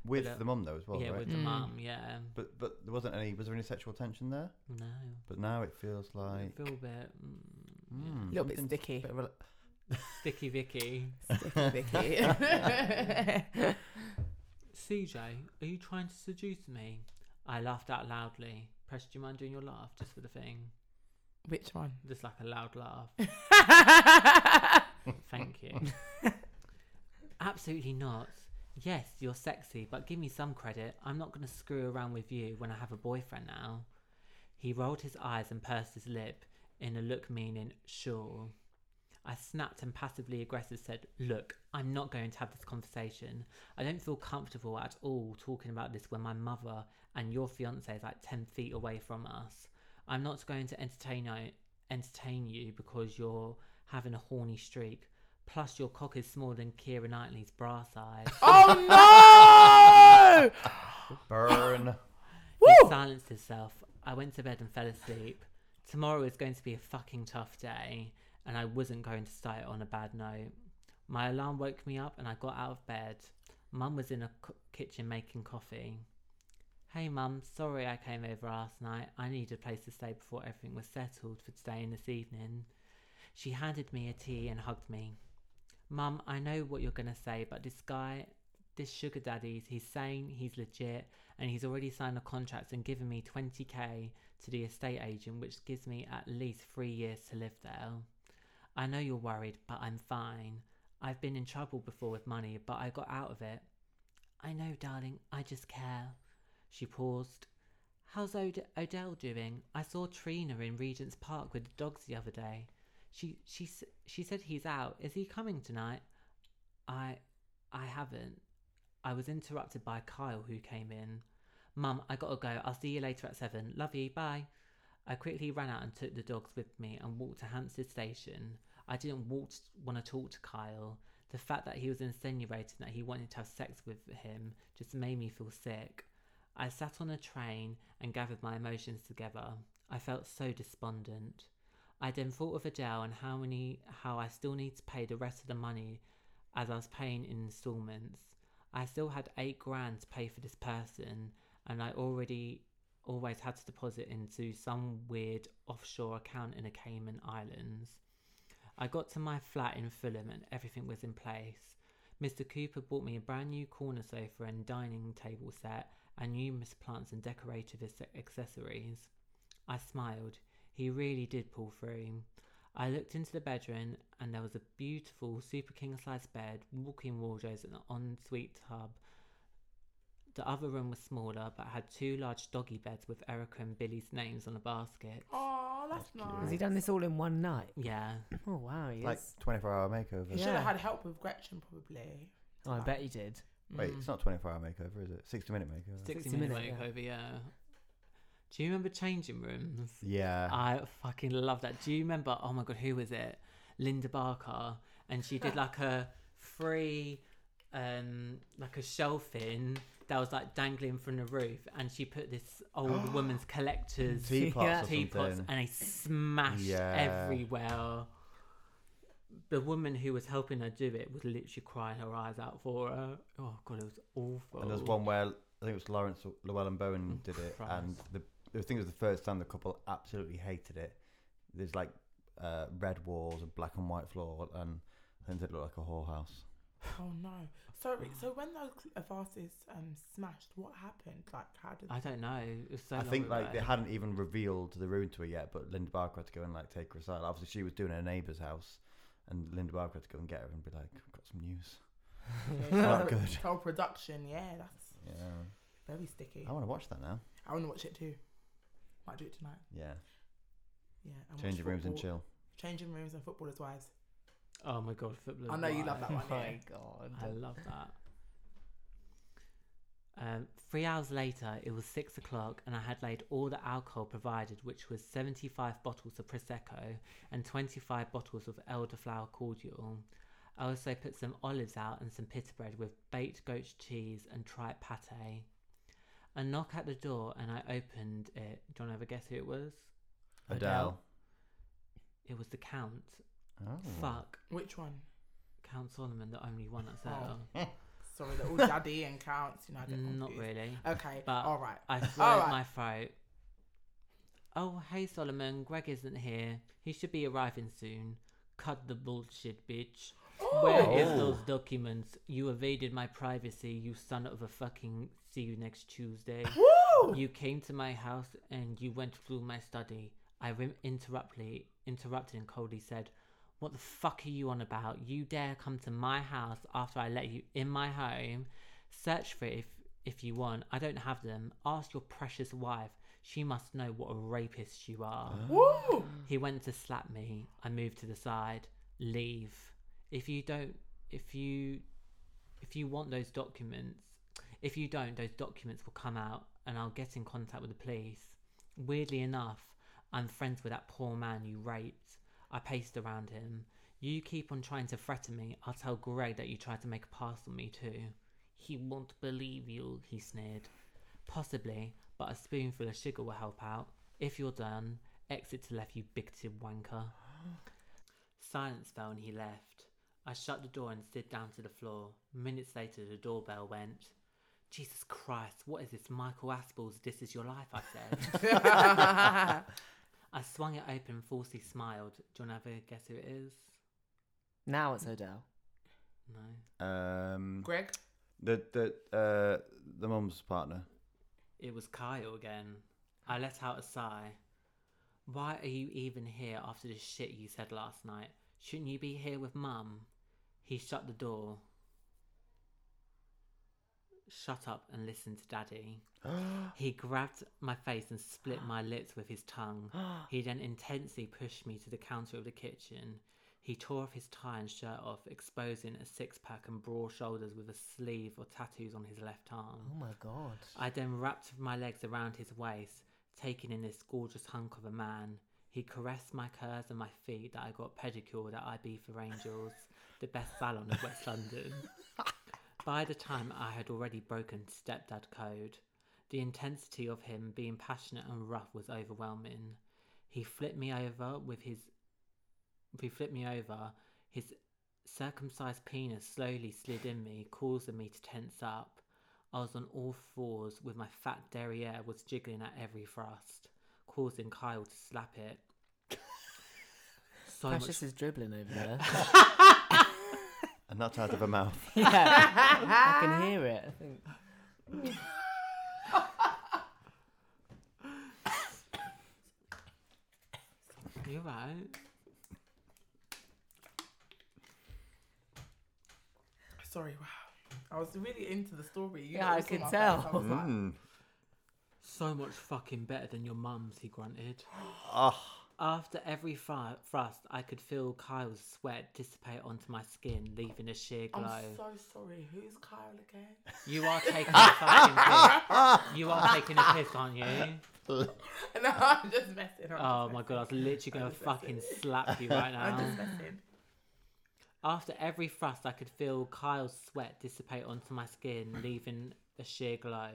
Speaker 3: With
Speaker 1: With a-
Speaker 3: the mum though as well,
Speaker 1: yeah,
Speaker 3: right?
Speaker 1: with the
Speaker 2: Mm.
Speaker 1: mum. Yeah,
Speaker 3: But but there wasn't any. Was there any sexual tension there?
Speaker 1: no,
Speaker 3: But now it feels like.
Speaker 1: feel a bit mm, yeah.
Speaker 3: Mm,
Speaker 2: A little bit
Speaker 3: something's
Speaker 2: sticky.
Speaker 3: bit of a-
Speaker 1: sticky, Vicky.
Speaker 2: Vicky.
Speaker 1: CJ, are you trying to seduce me? I laughed out loudly. Press, do you mind doing your laugh just for the thing?
Speaker 2: Which one?
Speaker 1: Just like a loud laugh.
Speaker 2: That's
Speaker 1: Thank you. Absolutely not. Yes, you're sexy, but give me some credit. I'm not going to screw around with you when I have a boyfriend now. He rolled his eyes and pursed his lip in a look meaning, sure. I snapped and passively aggressive said, Look, I'm not going to have this conversation. I don't feel comfortable at all talking about this when my mother and your fiance is like 10 feet away from us. I'm not going to entertain, entertain you because you're having a horny streak. Plus, your cock is smaller than Kira Knightley's bra size.
Speaker 2: Oh no!
Speaker 3: burn.
Speaker 1: He silenced himself. I went to bed and fell asleep. Tomorrow is going to be a fucking tough day, and I wasn't going to start it on a bad note. My alarm woke me up, and I got out of bed. Mum was in the c- kitchen making coffee. Hey, Mum, sorry I came over last night. I needed a place to stay before everything was settled for today and this evening. She handed me a tea and hugged me. Mum, I know what you're going to say, but this guy, this sugar daddy, he's sane, he's legit, and he's already signed a contract and given me 20k to the estate agent, which gives me at least three years to live there. I know you're worried, but I'm fine. I've been in trouble before with money, but I got out of it. I know, darling, I just care. She paused. How's Od- Odell doing? I saw Trina in Regent's Park with the dogs the other day. She she s- she said he's out. Is he coming tonight? I I haven't. I was interrupted by Kyle who came in. Mum, I gotta go. I'll see you later at seven. Love you. Bye. I quickly ran out and took the dogs with me and walked to Hampstead Station. I didn't want to talk to Kyle. The fact that he was insinuating that he wanted to have sex with him just made me feel sick. I sat on a train and gathered my emotions together. I felt so despondent. I then thought of Adele and how many how I still need to pay the rest of the money as I was paying in installments. I still had eight grand to pay for this person and I already always had to deposit into some weird offshore account in the Cayman Islands. I got to my flat in Fulham and everything was in place. Mr. Cooper bought me a brand new corner sofa and dining table set and numerous plants and decorative ac- accessories. I smiled. He really did pull through. I looked into the bedroom and there was a beautiful super king size bed, walk in wardrobes, and an ensuite tub. The other room was smaller but had two large doggy beds with Erica and Billy's names on a basket.
Speaker 2: Oh, that's,
Speaker 3: That's cute.
Speaker 2: nice.
Speaker 4: Has he done this all in one night?
Speaker 1: Yeah.
Speaker 4: Oh wow, he
Speaker 3: Like
Speaker 4: is.
Speaker 3: 24 hour makeover.
Speaker 2: He should
Speaker 4: Yeah.
Speaker 2: have had help with Gretchen, probably.
Speaker 4: Oh, I bet he did.
Speaker 3: Wait,
Speaker 2: Mm.
Speaker 3: it's not 24 hour makeover, is it? 60 minute makeover.
Speaker 1: 60,
Speaker 4: 60
Speaker 1: minute
Speaker 4: minute, yeah.
Speaker 1: makeover, yeah. Do you remember changing rooms?
Speaker 3: Yeah.
Speaker 1: I fucking love that. Do you remember? Oh my god, who was it? Linda Barker, and she did like a free, um, like a shelving that was like dangling from the roof, and she put this old woman's collector's
Speaker 3: Teapots
Speaker 4: Yeah.
Speaker 3: or
Speaker 1: teapots,
Speaker 3: something.
Speaker 1: and they smashed
Speaker 3: Yeah.
Speaker 1: everywhere. The woman who was helping her do it was literally crying her eyes out for her. Oh god, it was awful.
Speaker 3: And there's one where I think it was Lawrence Llewellyn Bowen did it,
Speaker 1: oh. Christ.
Speaker 3: and the I think it was the first time the couple absolutely hated it. There's like uh, red walls and black and white floor, and I think it looked like a whorehouse.
Speaker 2: Oh no. So, so when those vases um smashed, what happened? Like, how did?
Speaker 1: I don't know. It was so
Speaker 3: I
Speaker 1: long
Speaker 3: think like
Speaker 1: ago.
Speaker 3: they hadn't e- even revealed the room to her yet, but Linda Barker had to go and like take her aside. Obviously, she was doing her neighbour's house, and Linda Barker had to go and get her and be like, "I've got some news." Not
Speaker 2: Yeah,
Speaker 3: good.
Speaker 2: Whole production, yeah, that's
Speaker 3: Yeah,
Speaker 2: very sticky.
Speaker 3: I want to watch that now.
Speaker 2: I want to watch it too. Might do it tonight.
Speaker 3: Yeah,
Speaker 2: Yeah. and watch
Speaker 3: changing rooms and
Speaker 2: football.
Speaker 3: chill.
Speaker 2: Changing rooms and footballers' wives.
Speaker 1: Oh my god, football.
Speaker 2: I know you love that one,
Speaker 4: Oh
Speaker 2: yeah.
Speaker 4: my god.
Speaker 1: I love that. Um, three hours later, it was six o'clock, and I had laid all the alcohol provided, which was 75 bottles of Prosecco and 25 bottles of elderflower cordial. I also put some olives out and some pita bread with baked goat cheese and tripe pate. A knock at the door, and I opened it. Do you want to ever guess who it was?
Speaker 3: Adele.
Speaker 1: It was the Count.
Speaker 3: Oh.
Speaker 1: Fuck.
Speaker 2: Which one?
Speaker 1: Count Solomon, the only one that's there.
Speaker 2: Oh. Sorry, they're all daddy and counts. You know, I get
Speaker 1: Not
Speaker 2: confused.
Speaker 1: really.
Speaker 2: Okay.
Speaker 1: But-
Speaker 2: all right.
Speaker 1: I swallowed
Speaker 2: right.
Speaker 1: my throat. Oh, hey Solomon, Greg isn't here. He should be arriving soon. Cut the bullshit, bitch. Where is
Speaker 3: Oh.
Speaker 1: those documents? You evaded my privacy, you son of a fucking. See you next Tuesday.
Speaker 2: Woo!
Speaker 1: you came to my house and you went through my study. I rim- interruptly interrupted and coldly said, "What the fuck are you on about? You dare come to my house after I let you in my home? Search for it if if you want. I don't have them. Ask your precious wife. She must know what a rapist you are."
Speaker 2: Woo!
Speaker 1: He went to slap me. I moved to the side. Leave. If you don't, if you, if you want those documents, if you don't, those documents will come out, and I'll get in contact with the police. Weirdly enough, I'm friends with that poor man you raped. I paced around him. You keep on trying to threaten me. I'll tell Greg that you tried to make a pass on me too. He won't believe you, he sneered. Possibly, but a spoonful of sugar will help out. If you're done, exit to left, you bigoted wanker. Silence fell and he left. I shut the door and slid down to the floor. Minutes later, the doorbell went. Jesus Christ, what is this? Michael Aspel's This Is Your Life, I said. I swung it open and falsely smiled. Do you want to have a guess who it is?
Speaker 4: Now it's Odell.
Speaker 1: No.
Speaker 3: Um,
Speaker 2: Greg.
Speaker 3: the the uh, the mum's partner.
Speaker 1: It was Kyle again. I let out a sigh. Why are you even here after the shit you said last night? Shouldn't you be here with Mum? He shut the door. Shut up and listen to Daddy. he grabbed my face and Oh split my lips with his tongue. he then intensely pushed me to the counter of the kitchen. He tore off his tie and shirt off, exposing a six pack and broad shoulders with a sleeve or tattoos on his left arm.
Speaker 4: Oh my god.
Speaker 1: I then wrapped my legs around his waist, taking in this gorgeous hunk of a man. He caressed my curves and my feet that I got pedicured at IB for Angels, the best salon of West London. By the time I had already broken stepdad code, the intensity of him being passionate and rough was overwhelming. He flipped me over with his he flipped me over, his circumcised penis slowly slid in me, causing me to tense up. I was on all fours with my fat derriere was jiggling at every thrust, causing Kyle to slap it. So much
Speaker 4: Precious is dribbling over there.
Speaker 3: And that's out of her mouth.
Speaker 4: yeah. I can hear it. I think.
Speaker 1: You're right.
Speaker 2: Sorry, wow. I was really into the story. You
Speaker 4: Yeah,
Speaker 2: know,
Speaker 4: I
Speaker 2: you saw
Speaker 4: could
Speaker 2: my face,
Speaker 4: tell.
Speaker 2: I was like,
Speaker 3: Mm.
Speaker 1: So much fucking better than your mum's, he grunted.
Speaker 3: Ah.
Speaker 1: After every fri- thrust, I could feel Kyle's sweat dissipate onto my skin, leaving a sheer glow.
Speaker 2: I'm so sorry. Who's Kyle again?
Speaker 1: You are taking a fucking piss. You are taking a piss, aren't you?
Speaker 2: no, I'm just messing.
Speaker 1: Oh
Speaker 2: I'm just
Speaker 1: my
Speaker 2: messing.
Speaker 1: god, I was literally
Speaker 2: I
Speaker 1: gonna
Speaker 2: just messed
Speaker 1: fucking
Speaker 2: it.
Speaker 1: slap you right now.
Speaker 2: I'm just messing.
Speaker 1: After every thrust, I could feel Kyle's sweat dissipate onto my skin, leaving a sheer glow.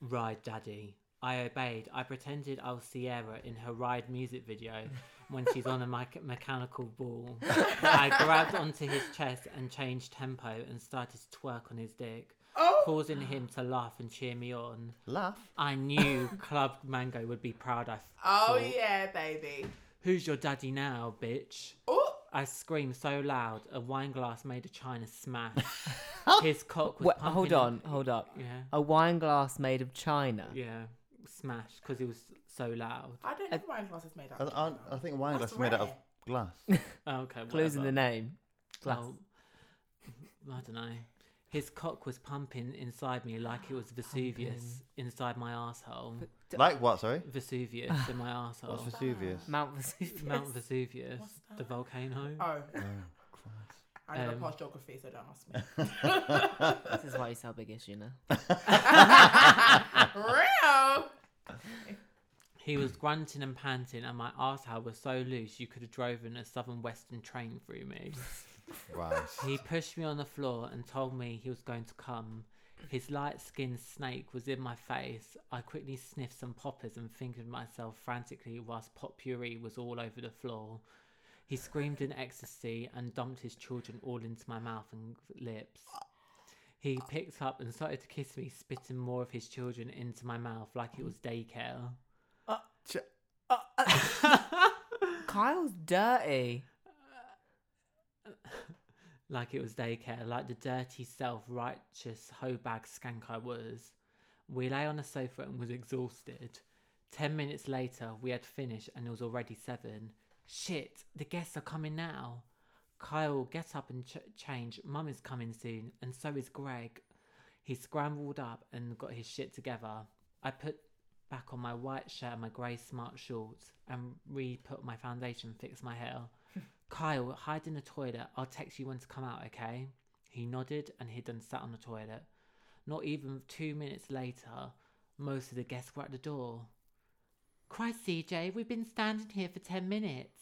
Speaker 1: Ride, Daddy. I obeyed. I pretended I was Sierra in her Ride music video when she's on a mech- mechanical ball. I grabbed onto his chest and changed tempo and started to twerk on his dick,
Speaker 2: Oh,
Speaker 1: causing him to laugh and cheer me on.
Speaker 3: Laugh.
Speaker 1: I knew Club Mango would be proud. I
Speaker 2: oh
Speaker 1: thought.
Speaker 2: yeah, baby.
Speaker 1: Who's your daddy now, bitch?
Speaker 2: Oh,
Speaker 1: I screamed so loud, a wine glass made a china smash. His cock was
Speaker 4: Wait,
Speaker 1: pumping
Speaker 4: hold
Speaker 1: out-
Speaker 4: on, hold up.
Speaker 1: Yeah,
Speaker 4: A wine glass made of china.
Speaker 1: yeah, smash because he was so loud.
Speaker 2: I don't know why my glass is made out.
Speaker 3: I,
Speaker 2: of
Speaker 3: I, I
Speaker 2: chocolate.
Speaker 3: think wine glass
Speaker 2: That's
Speaker 3: is made out of
Speaker 2: rare.
Speaker 3: glass.
Speaker 1: Okay,
Speaker 4: Clues
Speaker 1: whatever.
Speaker 4: in the name. Glass.
Speaker 1: Well, I don't know. His cock was pumping inside me like it was Vesuvius inside my asshole.
Speaker 4: D-
Speaker 3: like what? Sorry.
Speaker 1: Vesuvius in my asshole.
Speaker 3: What's Vesuvius?
Speaker 4: Mount Vesuvius.
Speaker 1: Mount Vesuvius,
Speaker 2: What's that?
Speaker 1: the volcano.
Speaker 2: Oh,
Speaker 3: Oh,
Speaker 2: I never
Speaker 1: Um,
Speaker 2: passed geography, so don't ask me.
Speaker 4: this is why you sell big issue now.
Speaker 2: Real.
Speaker 1: He was grunting and panting, and my arsehole was so loose you could have driven a southern western train through me.
Speaker 3: Christ.
Speaker 1: He pushed me on the floor and told me he was going to come. His light skinned snake was in my face. I quickly sniffed some poppers and fingered myself frantically whilst pot puree was all over the floor. He screamed in ecstasy and dumped his children all into my mouth and lips. He picked up and started to kiss me, spitting more of his children into my mouth like it was daycare.
Speaker 4: Kyle's dirty.
Speaker 1: like it was daycare, like the dirty, self righteous hoe bag skank I was. We lay on a sofa and was exhausted. Ten minutes later, we had finished and it was already seven. Shit, the guests are coming now. Kyle, get up and ch- change. Mum is coming soon, and so is Greg. He scrambled up and got his shit together. I put back on my white shirt and my grey smart shorts and re put my foundation, fixed my hair. Kyle, hide in the toilet. I'll text you when to come out, okay? He nodded and hid and sat on the toilet. Not even two minutes later, most of the guests were at the door. Christ, CJ, we've been standing here for 10 minutes.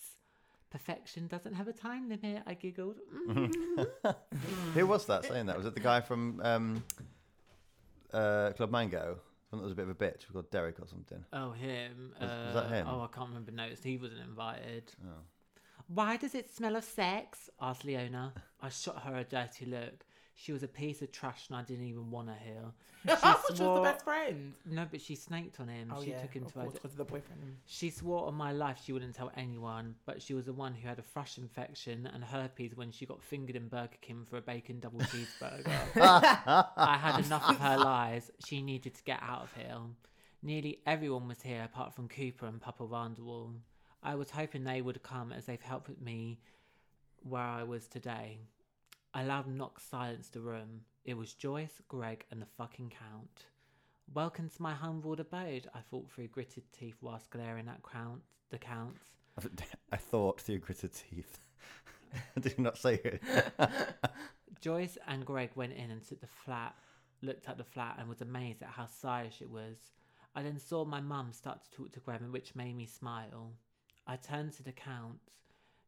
Speaker 1: Perfection doesn't have a time limit, I giggled. Mm.
Speaker 3: Mm. Who was that saying that? Was it the guy from um, uh, Club Mango? One that was a bit of a bitch, called Derek or something.
Speaker 1: oh, him.
Speaker 3: Was- was that
Speaker 1: Uh,
Speaker 3: him?
Speaker 1: Oh, I can't remember notes. He wasn't invited.
Speaker 3: Oh.
Speaker 1: Why does it smell of sex? asked Leona. I shot her a dirty look. She was a piece of trash and I didn't even want her here.
Speaker 2: I thought she was
Speaker 1: swore-
Speaker 2: the best friend. Oh,
Speaker 1: No, but she snaked on him. she took him
Speaker 2: of
Speaker 1: to her.
Speaker 2: course, 'cause of the boyfriend.
Speaker 1: She swore on my life she wouldn't tell anyone, but she was the one who had a thrush infection and herpes when she got fingered in Burger King for a bacon double cheeseburger. I had enough of her lies. She needed to get out of here. Nearly everyone was here apart from Cooper and Papa Vanderwall. I was hoping they would come as they've helped me where I was today. A loud knock silenced the room. It was Joyce, Greg, and the fucking Count. Welcome to my humbled abode, I thought through gritted teeth whilst glaring at Count, the Count.
Speaker 3: I thought through gritted teeth. I did not say it.
Speaker 1: Joyce and Greg went in and took the flat, looked at the flat, and was amazed at how stylish it was. I then saw my mum start to talk to Graham, which made me smile. I turned to the Count.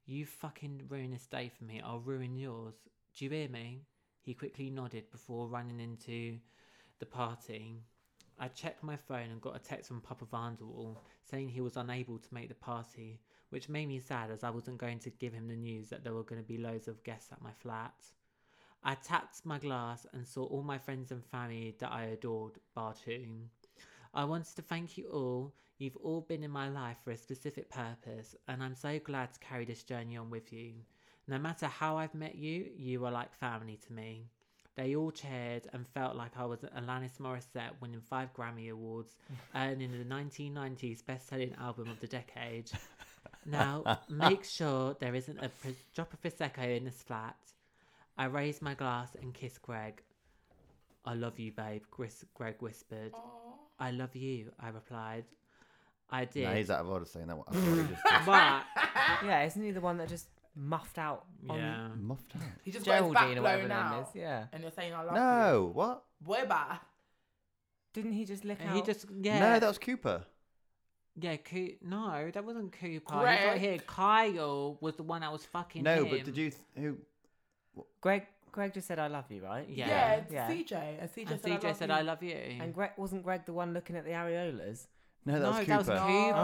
Speaker 1: You fucking ruin this day for me. I'll ruin yours. Do you hear me? He quickly nodded before running into the party. I checked my phone and got a text from Papa Vanderwall saying he was unable to make the party, which made me sad as I wasn't going to give him the news that there were going to be loads of guests at my flat. I tapped my glass and saw all my friends and family that I adored, bar two. I wanted to thank you all. You've all been in my life for a specific purpose, and I'm so glad to carry this journey on with you. No matter how I've met you, you are like family to me. They all cheered and felt like I was Alanis Morissette winning five Grammy Awards, earning the 1990s best selling album of the decade. Now, make sure there isn't a pr- drop of Prosecco in this flat. I raised my glass and kissed Greg. I love you, babe, Gris- Greg whispered. I love you, I replied. I did.
Speaker 3: Nah, he's out of order saying that. One. I thought he just did.
Speaker 1: But,
Speaker 4: yeah, isn't he the one that just muffed out
Speaker 2: Um,
Speaker 4: on
Speaker 1: yeah.
Speaker 3: muffed out.
Speaker 2: He just got his back
Speaker 4: Geraldine or whatever
Speaker 2: blown
Speaker 4: her name is?
Speaker 2: out.
Speaker 4: Yeah.
Speaker 2: And you're saying, I love you.
Speaker 3: No, what?
Speaker 2: Boy, bye.
Speaker 4: Didn't he just lick
Speaker 1: And
Speaker 4: out?
Speaker 1: he just, yeah.
Speaker 3: No, that was Cooper.
Speaker 1: Yeah, Coo- no, that wasn't Cooper. He's right
Speaker 2: Greg.
Speaker 1: here. Kyle was the one that was fucking
Speaker 3: No,
Speaker 1: him.
Speaker 3: but did you? Th- who?
Speaker 4: Greg. Greg just said, "I love you," right?
Speaker 1: Yeah.
Speaker 2: Yeah, it's
Speaker 4: Yeah.
Speaker 2: CJ. And CJ
Speaker 1: And
Speaker 2: said,
Speaker 1: CJ said,
Speaker 2: I
Speaker 1: "I
Speaker 2: love
Speaker 1: love you."
Speaker 4: And Greg wasn't Greg the one looking at the areolas?
Speaker 3: No, that
Speaker 1: no,
Speaker 3: was Cooper.
Speaker 1: that was
Speaker 2: Oh,
Speaker 1: Cooper.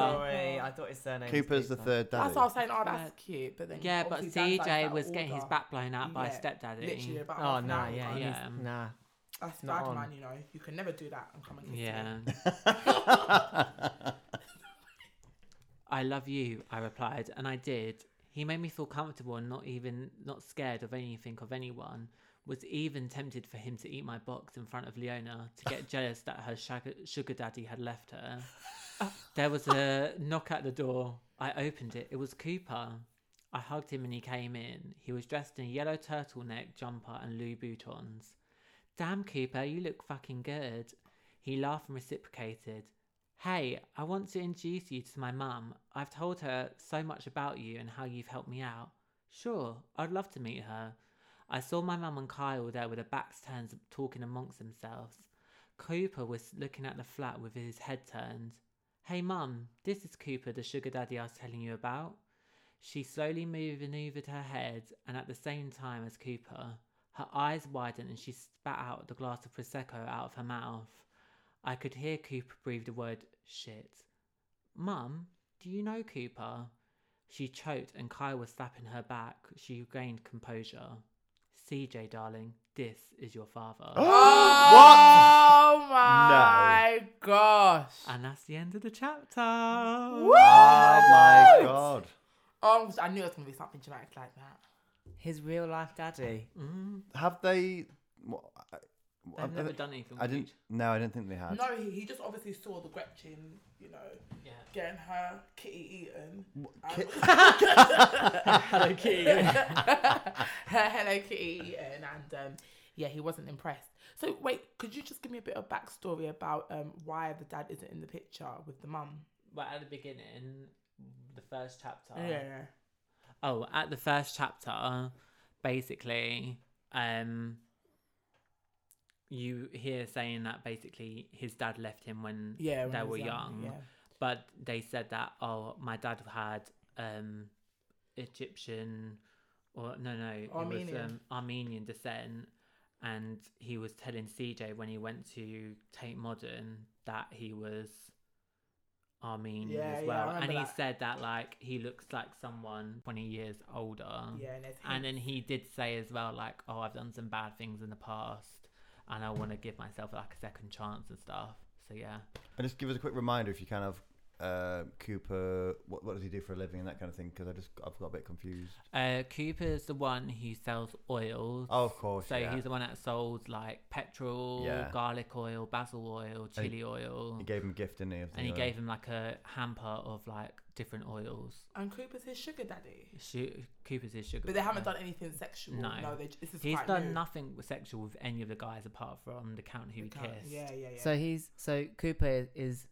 Speaker 4: sorry, Oh. I thought his surname. was
Speaker 3: Cooper's the
Speaker 4: Cooper.
Speaker 3: third
Speaker 2: you.
Speaker 3: daddy.
Speaker 2: That's what I was saying. Oh, that's cute. But then
Speaker 1: yeah, but
Speaker 2: obviously it sounds like
Speaker 1: CJ
Speaker 2: that
Speaker 1: was getting his
Speaker 2: order.
Speaker 1: back blown out by his
Speaker 2: Yeah,
Speaker 1: stepdaddy.
Speaker 2: Literally about
Speaker 4: Oh
Speaker 2: half an
Speaker 4: no,
Speaker 2: hour
Speaker 4: yeah,
Speaker 2: ago.
Speaker 4: yeah,
Speaker 1: Yeah.
Speaker 4: nah.
Speaker 2: That's
Speaker 4: Not
Speaker 2: bad,
Speaker 4: on.
Speaker 2: man. You know, you can never do that and come and kiss me.
Speaker 1: Yeah. I love you, I replied, and I did. He made me feel comfortable and not even not scared of anything of anyone. Was even tempted for him to eat my box in front of Leona to get jealous that her sugar, sugar daddy had left her. There was a knock at the door. I opened it. It was Cooper. I hugged him and he came in. He was dressed in a yellow turtleneck jumper and Louis Boutons. Damn, Cooper, you look fucking good. He laughed and reciprocated. Hey, I want to introduce you to my mum. I've told her so much about you and how you've helped me out. Sure, I'd love to meet her. I saw my mum and Kyle there with their backs turned talking amongst themselves. Cooper was looking at the flat with his head turned. Hey mum, this is Cooper, the sugar daddy I was telling you about. She slowly moved maneuvered her head and at the same time as Cooper. Her eyes widened and she spat out the glass of Prosecco out of her mouth. I could hear Cooper breathe the word shit. Mum, do you know Cooper? She choked and Kyle was slapping her back. She regained composure. CJ, darling, this is your father.
Speaker 2: Oh my gosh.
Speaker 1: and that's the end of the chapter.
Speaker 3: Oh my god.
Speaker 2: Oh, I knew it was going to be something dramatic like that.
Speaker 4: His real life daddy.
Speaker 1: Mm,
Speaker 3: Have they? what- I-
Speaker 1: I've
Speaker 3: I-
Speaker 1: never done anything.
Speaker 3: I
Speaker 1: with
Speaker 3: didn't.
Speaker 1: it.
Speaker 3: No, I didn't think they had.
Speaker 2: No, he, he just obviously saw the Gretchen, you know,
Speaker 1: Yeah.
Speaker 2: getting her kitty eaten.
Speaker 3: Ki-
Speaker 1: Hello, Kitty.
Speaker 2: her Hello Kitty eaten, and um, yeah, he wasn't impressed. So wait, could you just give me a bit of backstory about um, why the dad isn't in the picture with the mum?
Speaker 1: But at the beginning, the first chapter.
Speaker 2: yeah.
Speaker 1: Oh, at the first chapter, basically, um, you hear saying that basically his dad left him when
Speaker 2: Yeah, when
Speaker 1: they
Speaker 2: he was
Speaker 1: were young, but they said that oh, my dad had um, Egyptian or no no it was
Speaker 2: Armenian.
Speaker 1: um, Armenian descent, and he was telling CJ when he went to Tate Modern that he was Armenian
Speaker 2: Yeah,
Speaker 1: as
Speaker 2: yeah, I
Speaker 1: well, and
Speaker 2: remember
Speaker 1: he
Speaker 2: that.
Speaker 1: said that like he looks like someone twenty years older,
Speaker 2: Yeah, yeah and, there's
Speaker 1: and
Speaker 2: him.
Speaker 1: then he did say as well like oh I've done some bad things in the past, and I want to give myself like a second chance and stuff. So yeah.
Speaker 3: And just give us a quick reminder if you can of uh, Cooper. What, what does he do for a living and that kind of thing? Because I just I've got a bit confused.
Speaker 1: Uh, Cooper's the one who sells oils.
Speaker 3: Oh, of course.
Speaker 1: So
Speaker 3: yeah.
Speaker 1: he's the one that sold like petrol,
Speaker 3: Yeah.
Speaker 1: garlic oil, basil oil,
Speaker 3: And he-
Speaker 1: chili oil,
Speaker 3: He gave him a gift, didn't he? of the
Speaker 1: and he
Speaker 3: oil?
Speaker 1: gave him like a hamper of like different oils.
Speaker 2: and Cooper's his sugar daddy,
Speaker 1: She, Cooper's his sugar.
Speaker 2: but they haven't
Speaker 1: daddy.
Speaker 2: done anything sexual.
Speaker 1: No.
Speaker 2: No, they, this is
Speaker 1: He's
Speaker 2: quite
Speaker 1: done
Speaker 2: new.
Speaker 1: nothing sexual with any of the guys apart from the count who he
Speaker 2: Can't-
Speaker 1: kissed.
Speaker 2: Yeah, yeah, yeah.
Speaker 4: So he's so Cooper is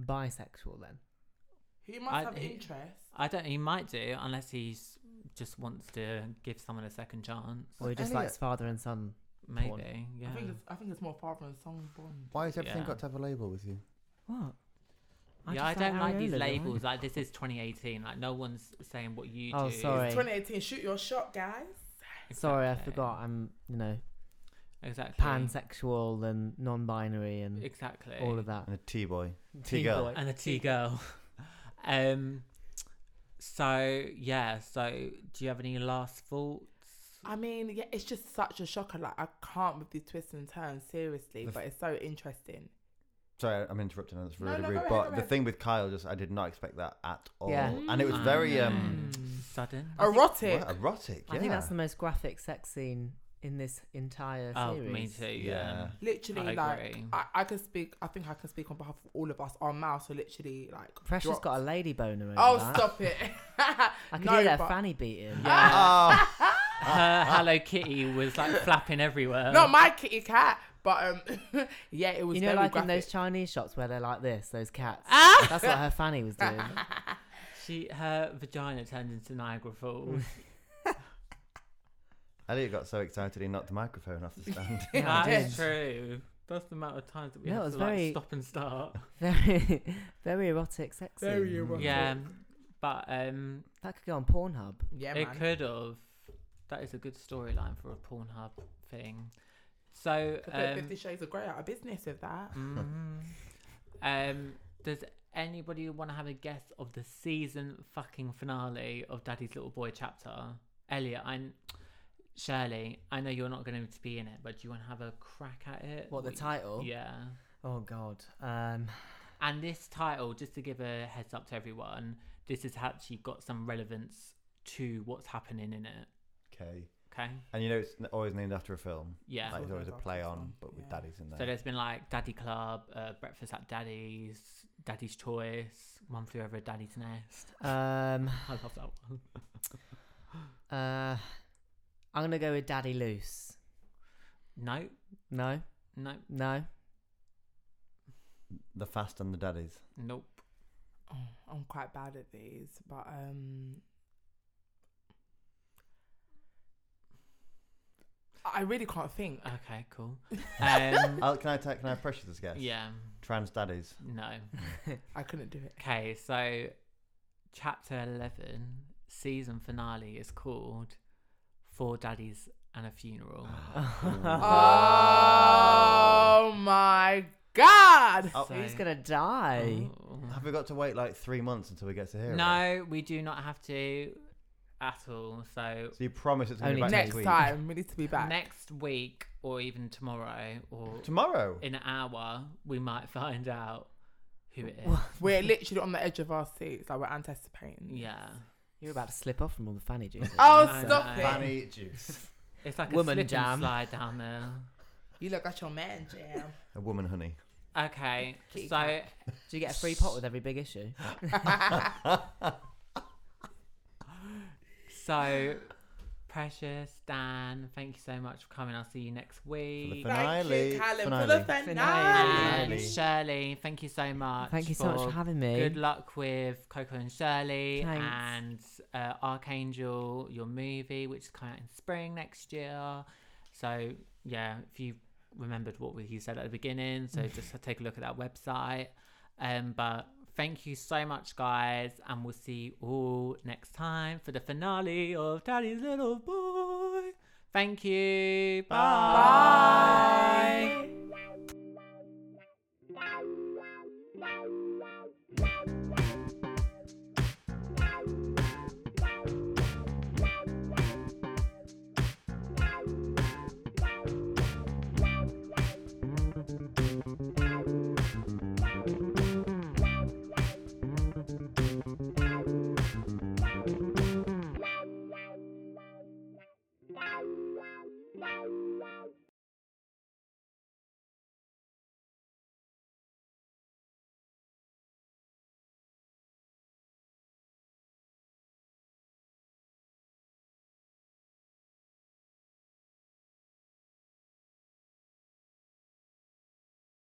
Speaker 4: bisexual then.
Speaker 2: He must
Speaker 1: I-
Speaker 2: have
Speaker 1: he-
Speaker 2: interest.
Speaker 1: I don't. He might do unless he's just wants to give someone a second chance.
Speaker 4: Or he just
Speaker 3: Elliot-
Speaker 4: likes father and son.
Speaker 1: Maybe.
Speaker 2: I think
Speaker 1: Yeah.
Speaker 2: it's I think it's more father and son bond.
Speaker 3: Why has everything
Speaker 1: Yeah.
Speaker 3: got to have a label with you?
Speaker 4: What?
Speaker 1: yeah, I don't like these
Speaker 4: areolas, I
Speaker 1: labels. Like this is 2018. Like no one's saying what you
Speaker 4: Oh,
Speaker 1: do.
Speaker 4: sorry.
Speaker 2: 2018, shoot your shot, guys.
Speaker 4: Sorry, I
Speaker 1: Exactly.
Speaker 4: forgot. I'm, you know,
Speaker 1: Exactly.
Speaker 4: pansexual and non-binary and
Speaker 1: Exactly.
Speaker 4: all of that.
Speaker 3: And a T boy.
Speaker 4: Teen
Speaker 3: girl.
Speaker 4: boy.
Speaker 1: and a T girl. um. So yeah. So do you have any last thoughts?
Speaker 2: I mean, yeah, it's just such a shocker. Like I can't with these twists and turns, seriously.
Speaker 3: The
Speaker 2: But it's so interesting.
Speaker 3: Sorry, I'm interrupting. That's
Speaker 2: No,
Speaker 3: really
Speaker 2: no, go
Speaker 3: rude.
Speaker 2: ahead,
Speaker 3: but
Speaker 2: go
Speaker 3: the
Speaker 2: ahead.
Speaker 3: thing with Kyle, just I did not expect that at all.
Speaker 4: Yeah.
Speaker 3: And
Speaker 1: Mm.
Speaker 3: it was very
Speaker 1: I
Speaker 3: um
Speaker 1: know. sudden.
Speaker 4: I think-
Speaker 2: Erotic.
Speaker 3: well, erotic. Yeah.
Speaker 4: I think that's the most graphic sex scene in this entire
Speaker 1: Oh,
Speaker 4: series.
Speaker 1: me too. Yeah.
Speaker 3: Yeah.
Speaker 2: Literally,
Speaker 1: I
Speaker 2: like
Speaker 1: agree.
Speaker 2: I, I can speak. I think I can speak on behalf of all of us. Our mouths are literally like.
Speaker 4: Precious
Speaker 2: dropped.
Speaker 4: got a lady boner. Over
Speaker 2: Oh,
Speaker 4: that.
Speaker 2: stop it!
Speaker 4: I could
Speaker 2: No,
Speaker 4: hear that
Speaker 2: but-
Speaker 4: fanny beating.
Speaker 1: Yeah.
Speaker 3: Oh,
Speaker 1: Her Hello Kitty was like flapping everywhere.
Speaker 2: Not my kitty cat, but um, yeah, it was.
Speaker 4: You know,
Speaker 2: very
Speaker 4: like in
Speaker 2: graphic.
Speaker 4: those Chinese shops where they're like this, those cats.
Speaker 1: Ah!
Speaker 4: That's what her fanny was doing.
Speaker 1: She her vagina turned into Niagara Falls.
Speaker 3: Elliot got so excited he knocked the microphone off the stand.
Speaker 4: Yeah, I
Speaker 1: That's
Speaker 4: did.
Speaker 1: true. That's the amount of times that we
Speaker 4: No, it
Speaker 1: have
Speaker 4: was
Speaker 1: to
Speaker 4: very-
Speaker 1: like stop and start.
Speaker 4: Very, very erotic sex scene.
Speaker 2: Very erotic.
Speaker 1: yeah, but um,
Speaker 4: That could go on Pornhub.
Speaker 2: Yeah,
Speaker 1: it
Speaker 2: man.
Speaker 1: could have. That is a good storyline for a Pornhub thing. So,
Speaker 2: Could put
Speaker 1: um,
Speaker 2: Fifty Shades of Grey out of business with that.
Speaker 1: mhm. um, does anybody want to have a guess of the season fucking finale of Daddy's Little Boy chapter? Elliot, I'm. Shirley, I know you're not going to be in it, but do you want to have a crack at it?
Speaker 4: What the
Speaker 1: you-
Speaker 4: title?
Speaker 1: Yeah.
Speaker 4: Oh God. Um,
Speaker 1: And this title, just to give a heads up to everyone, this has actually got some relevance to what's happening in it.
Speaker 3: okay.
Speaker 1: Okay.
Speaker 3: And you know it's n- always named after a film.
Speaker 1: Yeah.
Speaker 3: Like it's always a play on, but with
Speaker 2: Yeah.
Speaker 3: daddies in there.
Speaker 1: So there's been like Daddy Club, uh, Breakfast at Daddy's, Daddy's Choice, Mum Flew Over a Daddy's Nest.
Speaker 4: um,
Speaker 1: I love that one.
Speaker 4: uh, I'm gonna go with Daddy Loose.
Speaker 1: No,
Speaker 4: No,
Speaker 1: no,
Speaker 4: no.
Speaker 3: the fast and the daddies.
Speaker 1: nope.
Speaker 2: Oh, I'm quite bad at these, but um, I really can't think.
Speaker 1: Okay, cool. Um,
Speaker 3: Oh, can I ta- can I pressure this guess?
Speaker 1: yeah,
Speaker 3: Trans daddies.
Speaker 1: no.
Speaker 2: I couldn't do it.
Speaker 1: Okay, so chapter 11, season finale is called Four Daddies and a Funeral. uh,
Speaker 2: Oh my god!
Speaker 3: Oh.
Speaker 4: Who's gonna die?
Speaker 1: Oh.
Speaker 3: Have we got to wait like three months until we get to hear it?
Speaker 1: No, we do not have to at all. So
Speaker 3: So you promise it's going to
Speaker 4: Only
Speaker 3: be back
Speaker 2: Next
Speaker 3: next week.
Speaker 2: time, we need to be back.
Speaker 1: next week or even tomorrow or
Speaker 3: Tomorrow.
Speaker 1: in an hour, we might find out who it is.
Speaker 2: We're literally on the edge of our seats, like we're anticipating.
Speaker 1: Yeah.
Speaker 4: You're about to slip off from all the fanny juice.
Speaker 2: Oh,
Speaker 1: I
Speaker 2: stop
Speaker 1: know.
Speaker 2: it!
Speaker 1: Funny.
Speaker 3: juice.
Speaker 1: It's like a
Speaker 4: Woman
Speaker 1: slip
Speaker 4: jam.
Speaker 1: and slide down there.
Speaker 2: You look at your man, Jam.
Speaker 3: A woman, honey.
Speaker 1: Okay.
Speaker 2: Kitty
Speaker 1: So
Speaker 4: Do you get a free pot with every big issue?
Speaker 1: so Precious, Dan, thank you so much for coming. I'll see you next week.
Speaker 3: fin- Finale,
Speaker 2: Thank you, Callum, for
Speaker 3: finale.
Speaker 2: the finale.
Speaker 1: And
Speaker 3: Finale.
Speaker 1: Shirley, thank you so much.
Speaker 4: Thank you so much for having me.
Speaker 1: Good luck with Coco and Shirley
Speaker 4: Thanks.
Speaker 1: and uh, Archangel, your movie, which is coming out in spring next year. So, yeah, if you remembered what we- you said at the beginning, so just take a look at that website. Um, but thank you so much, guys, and we'll see you all next time for the finale of Daddy's Little Boy. Thank you. Bye.
Speaker 2: Bye.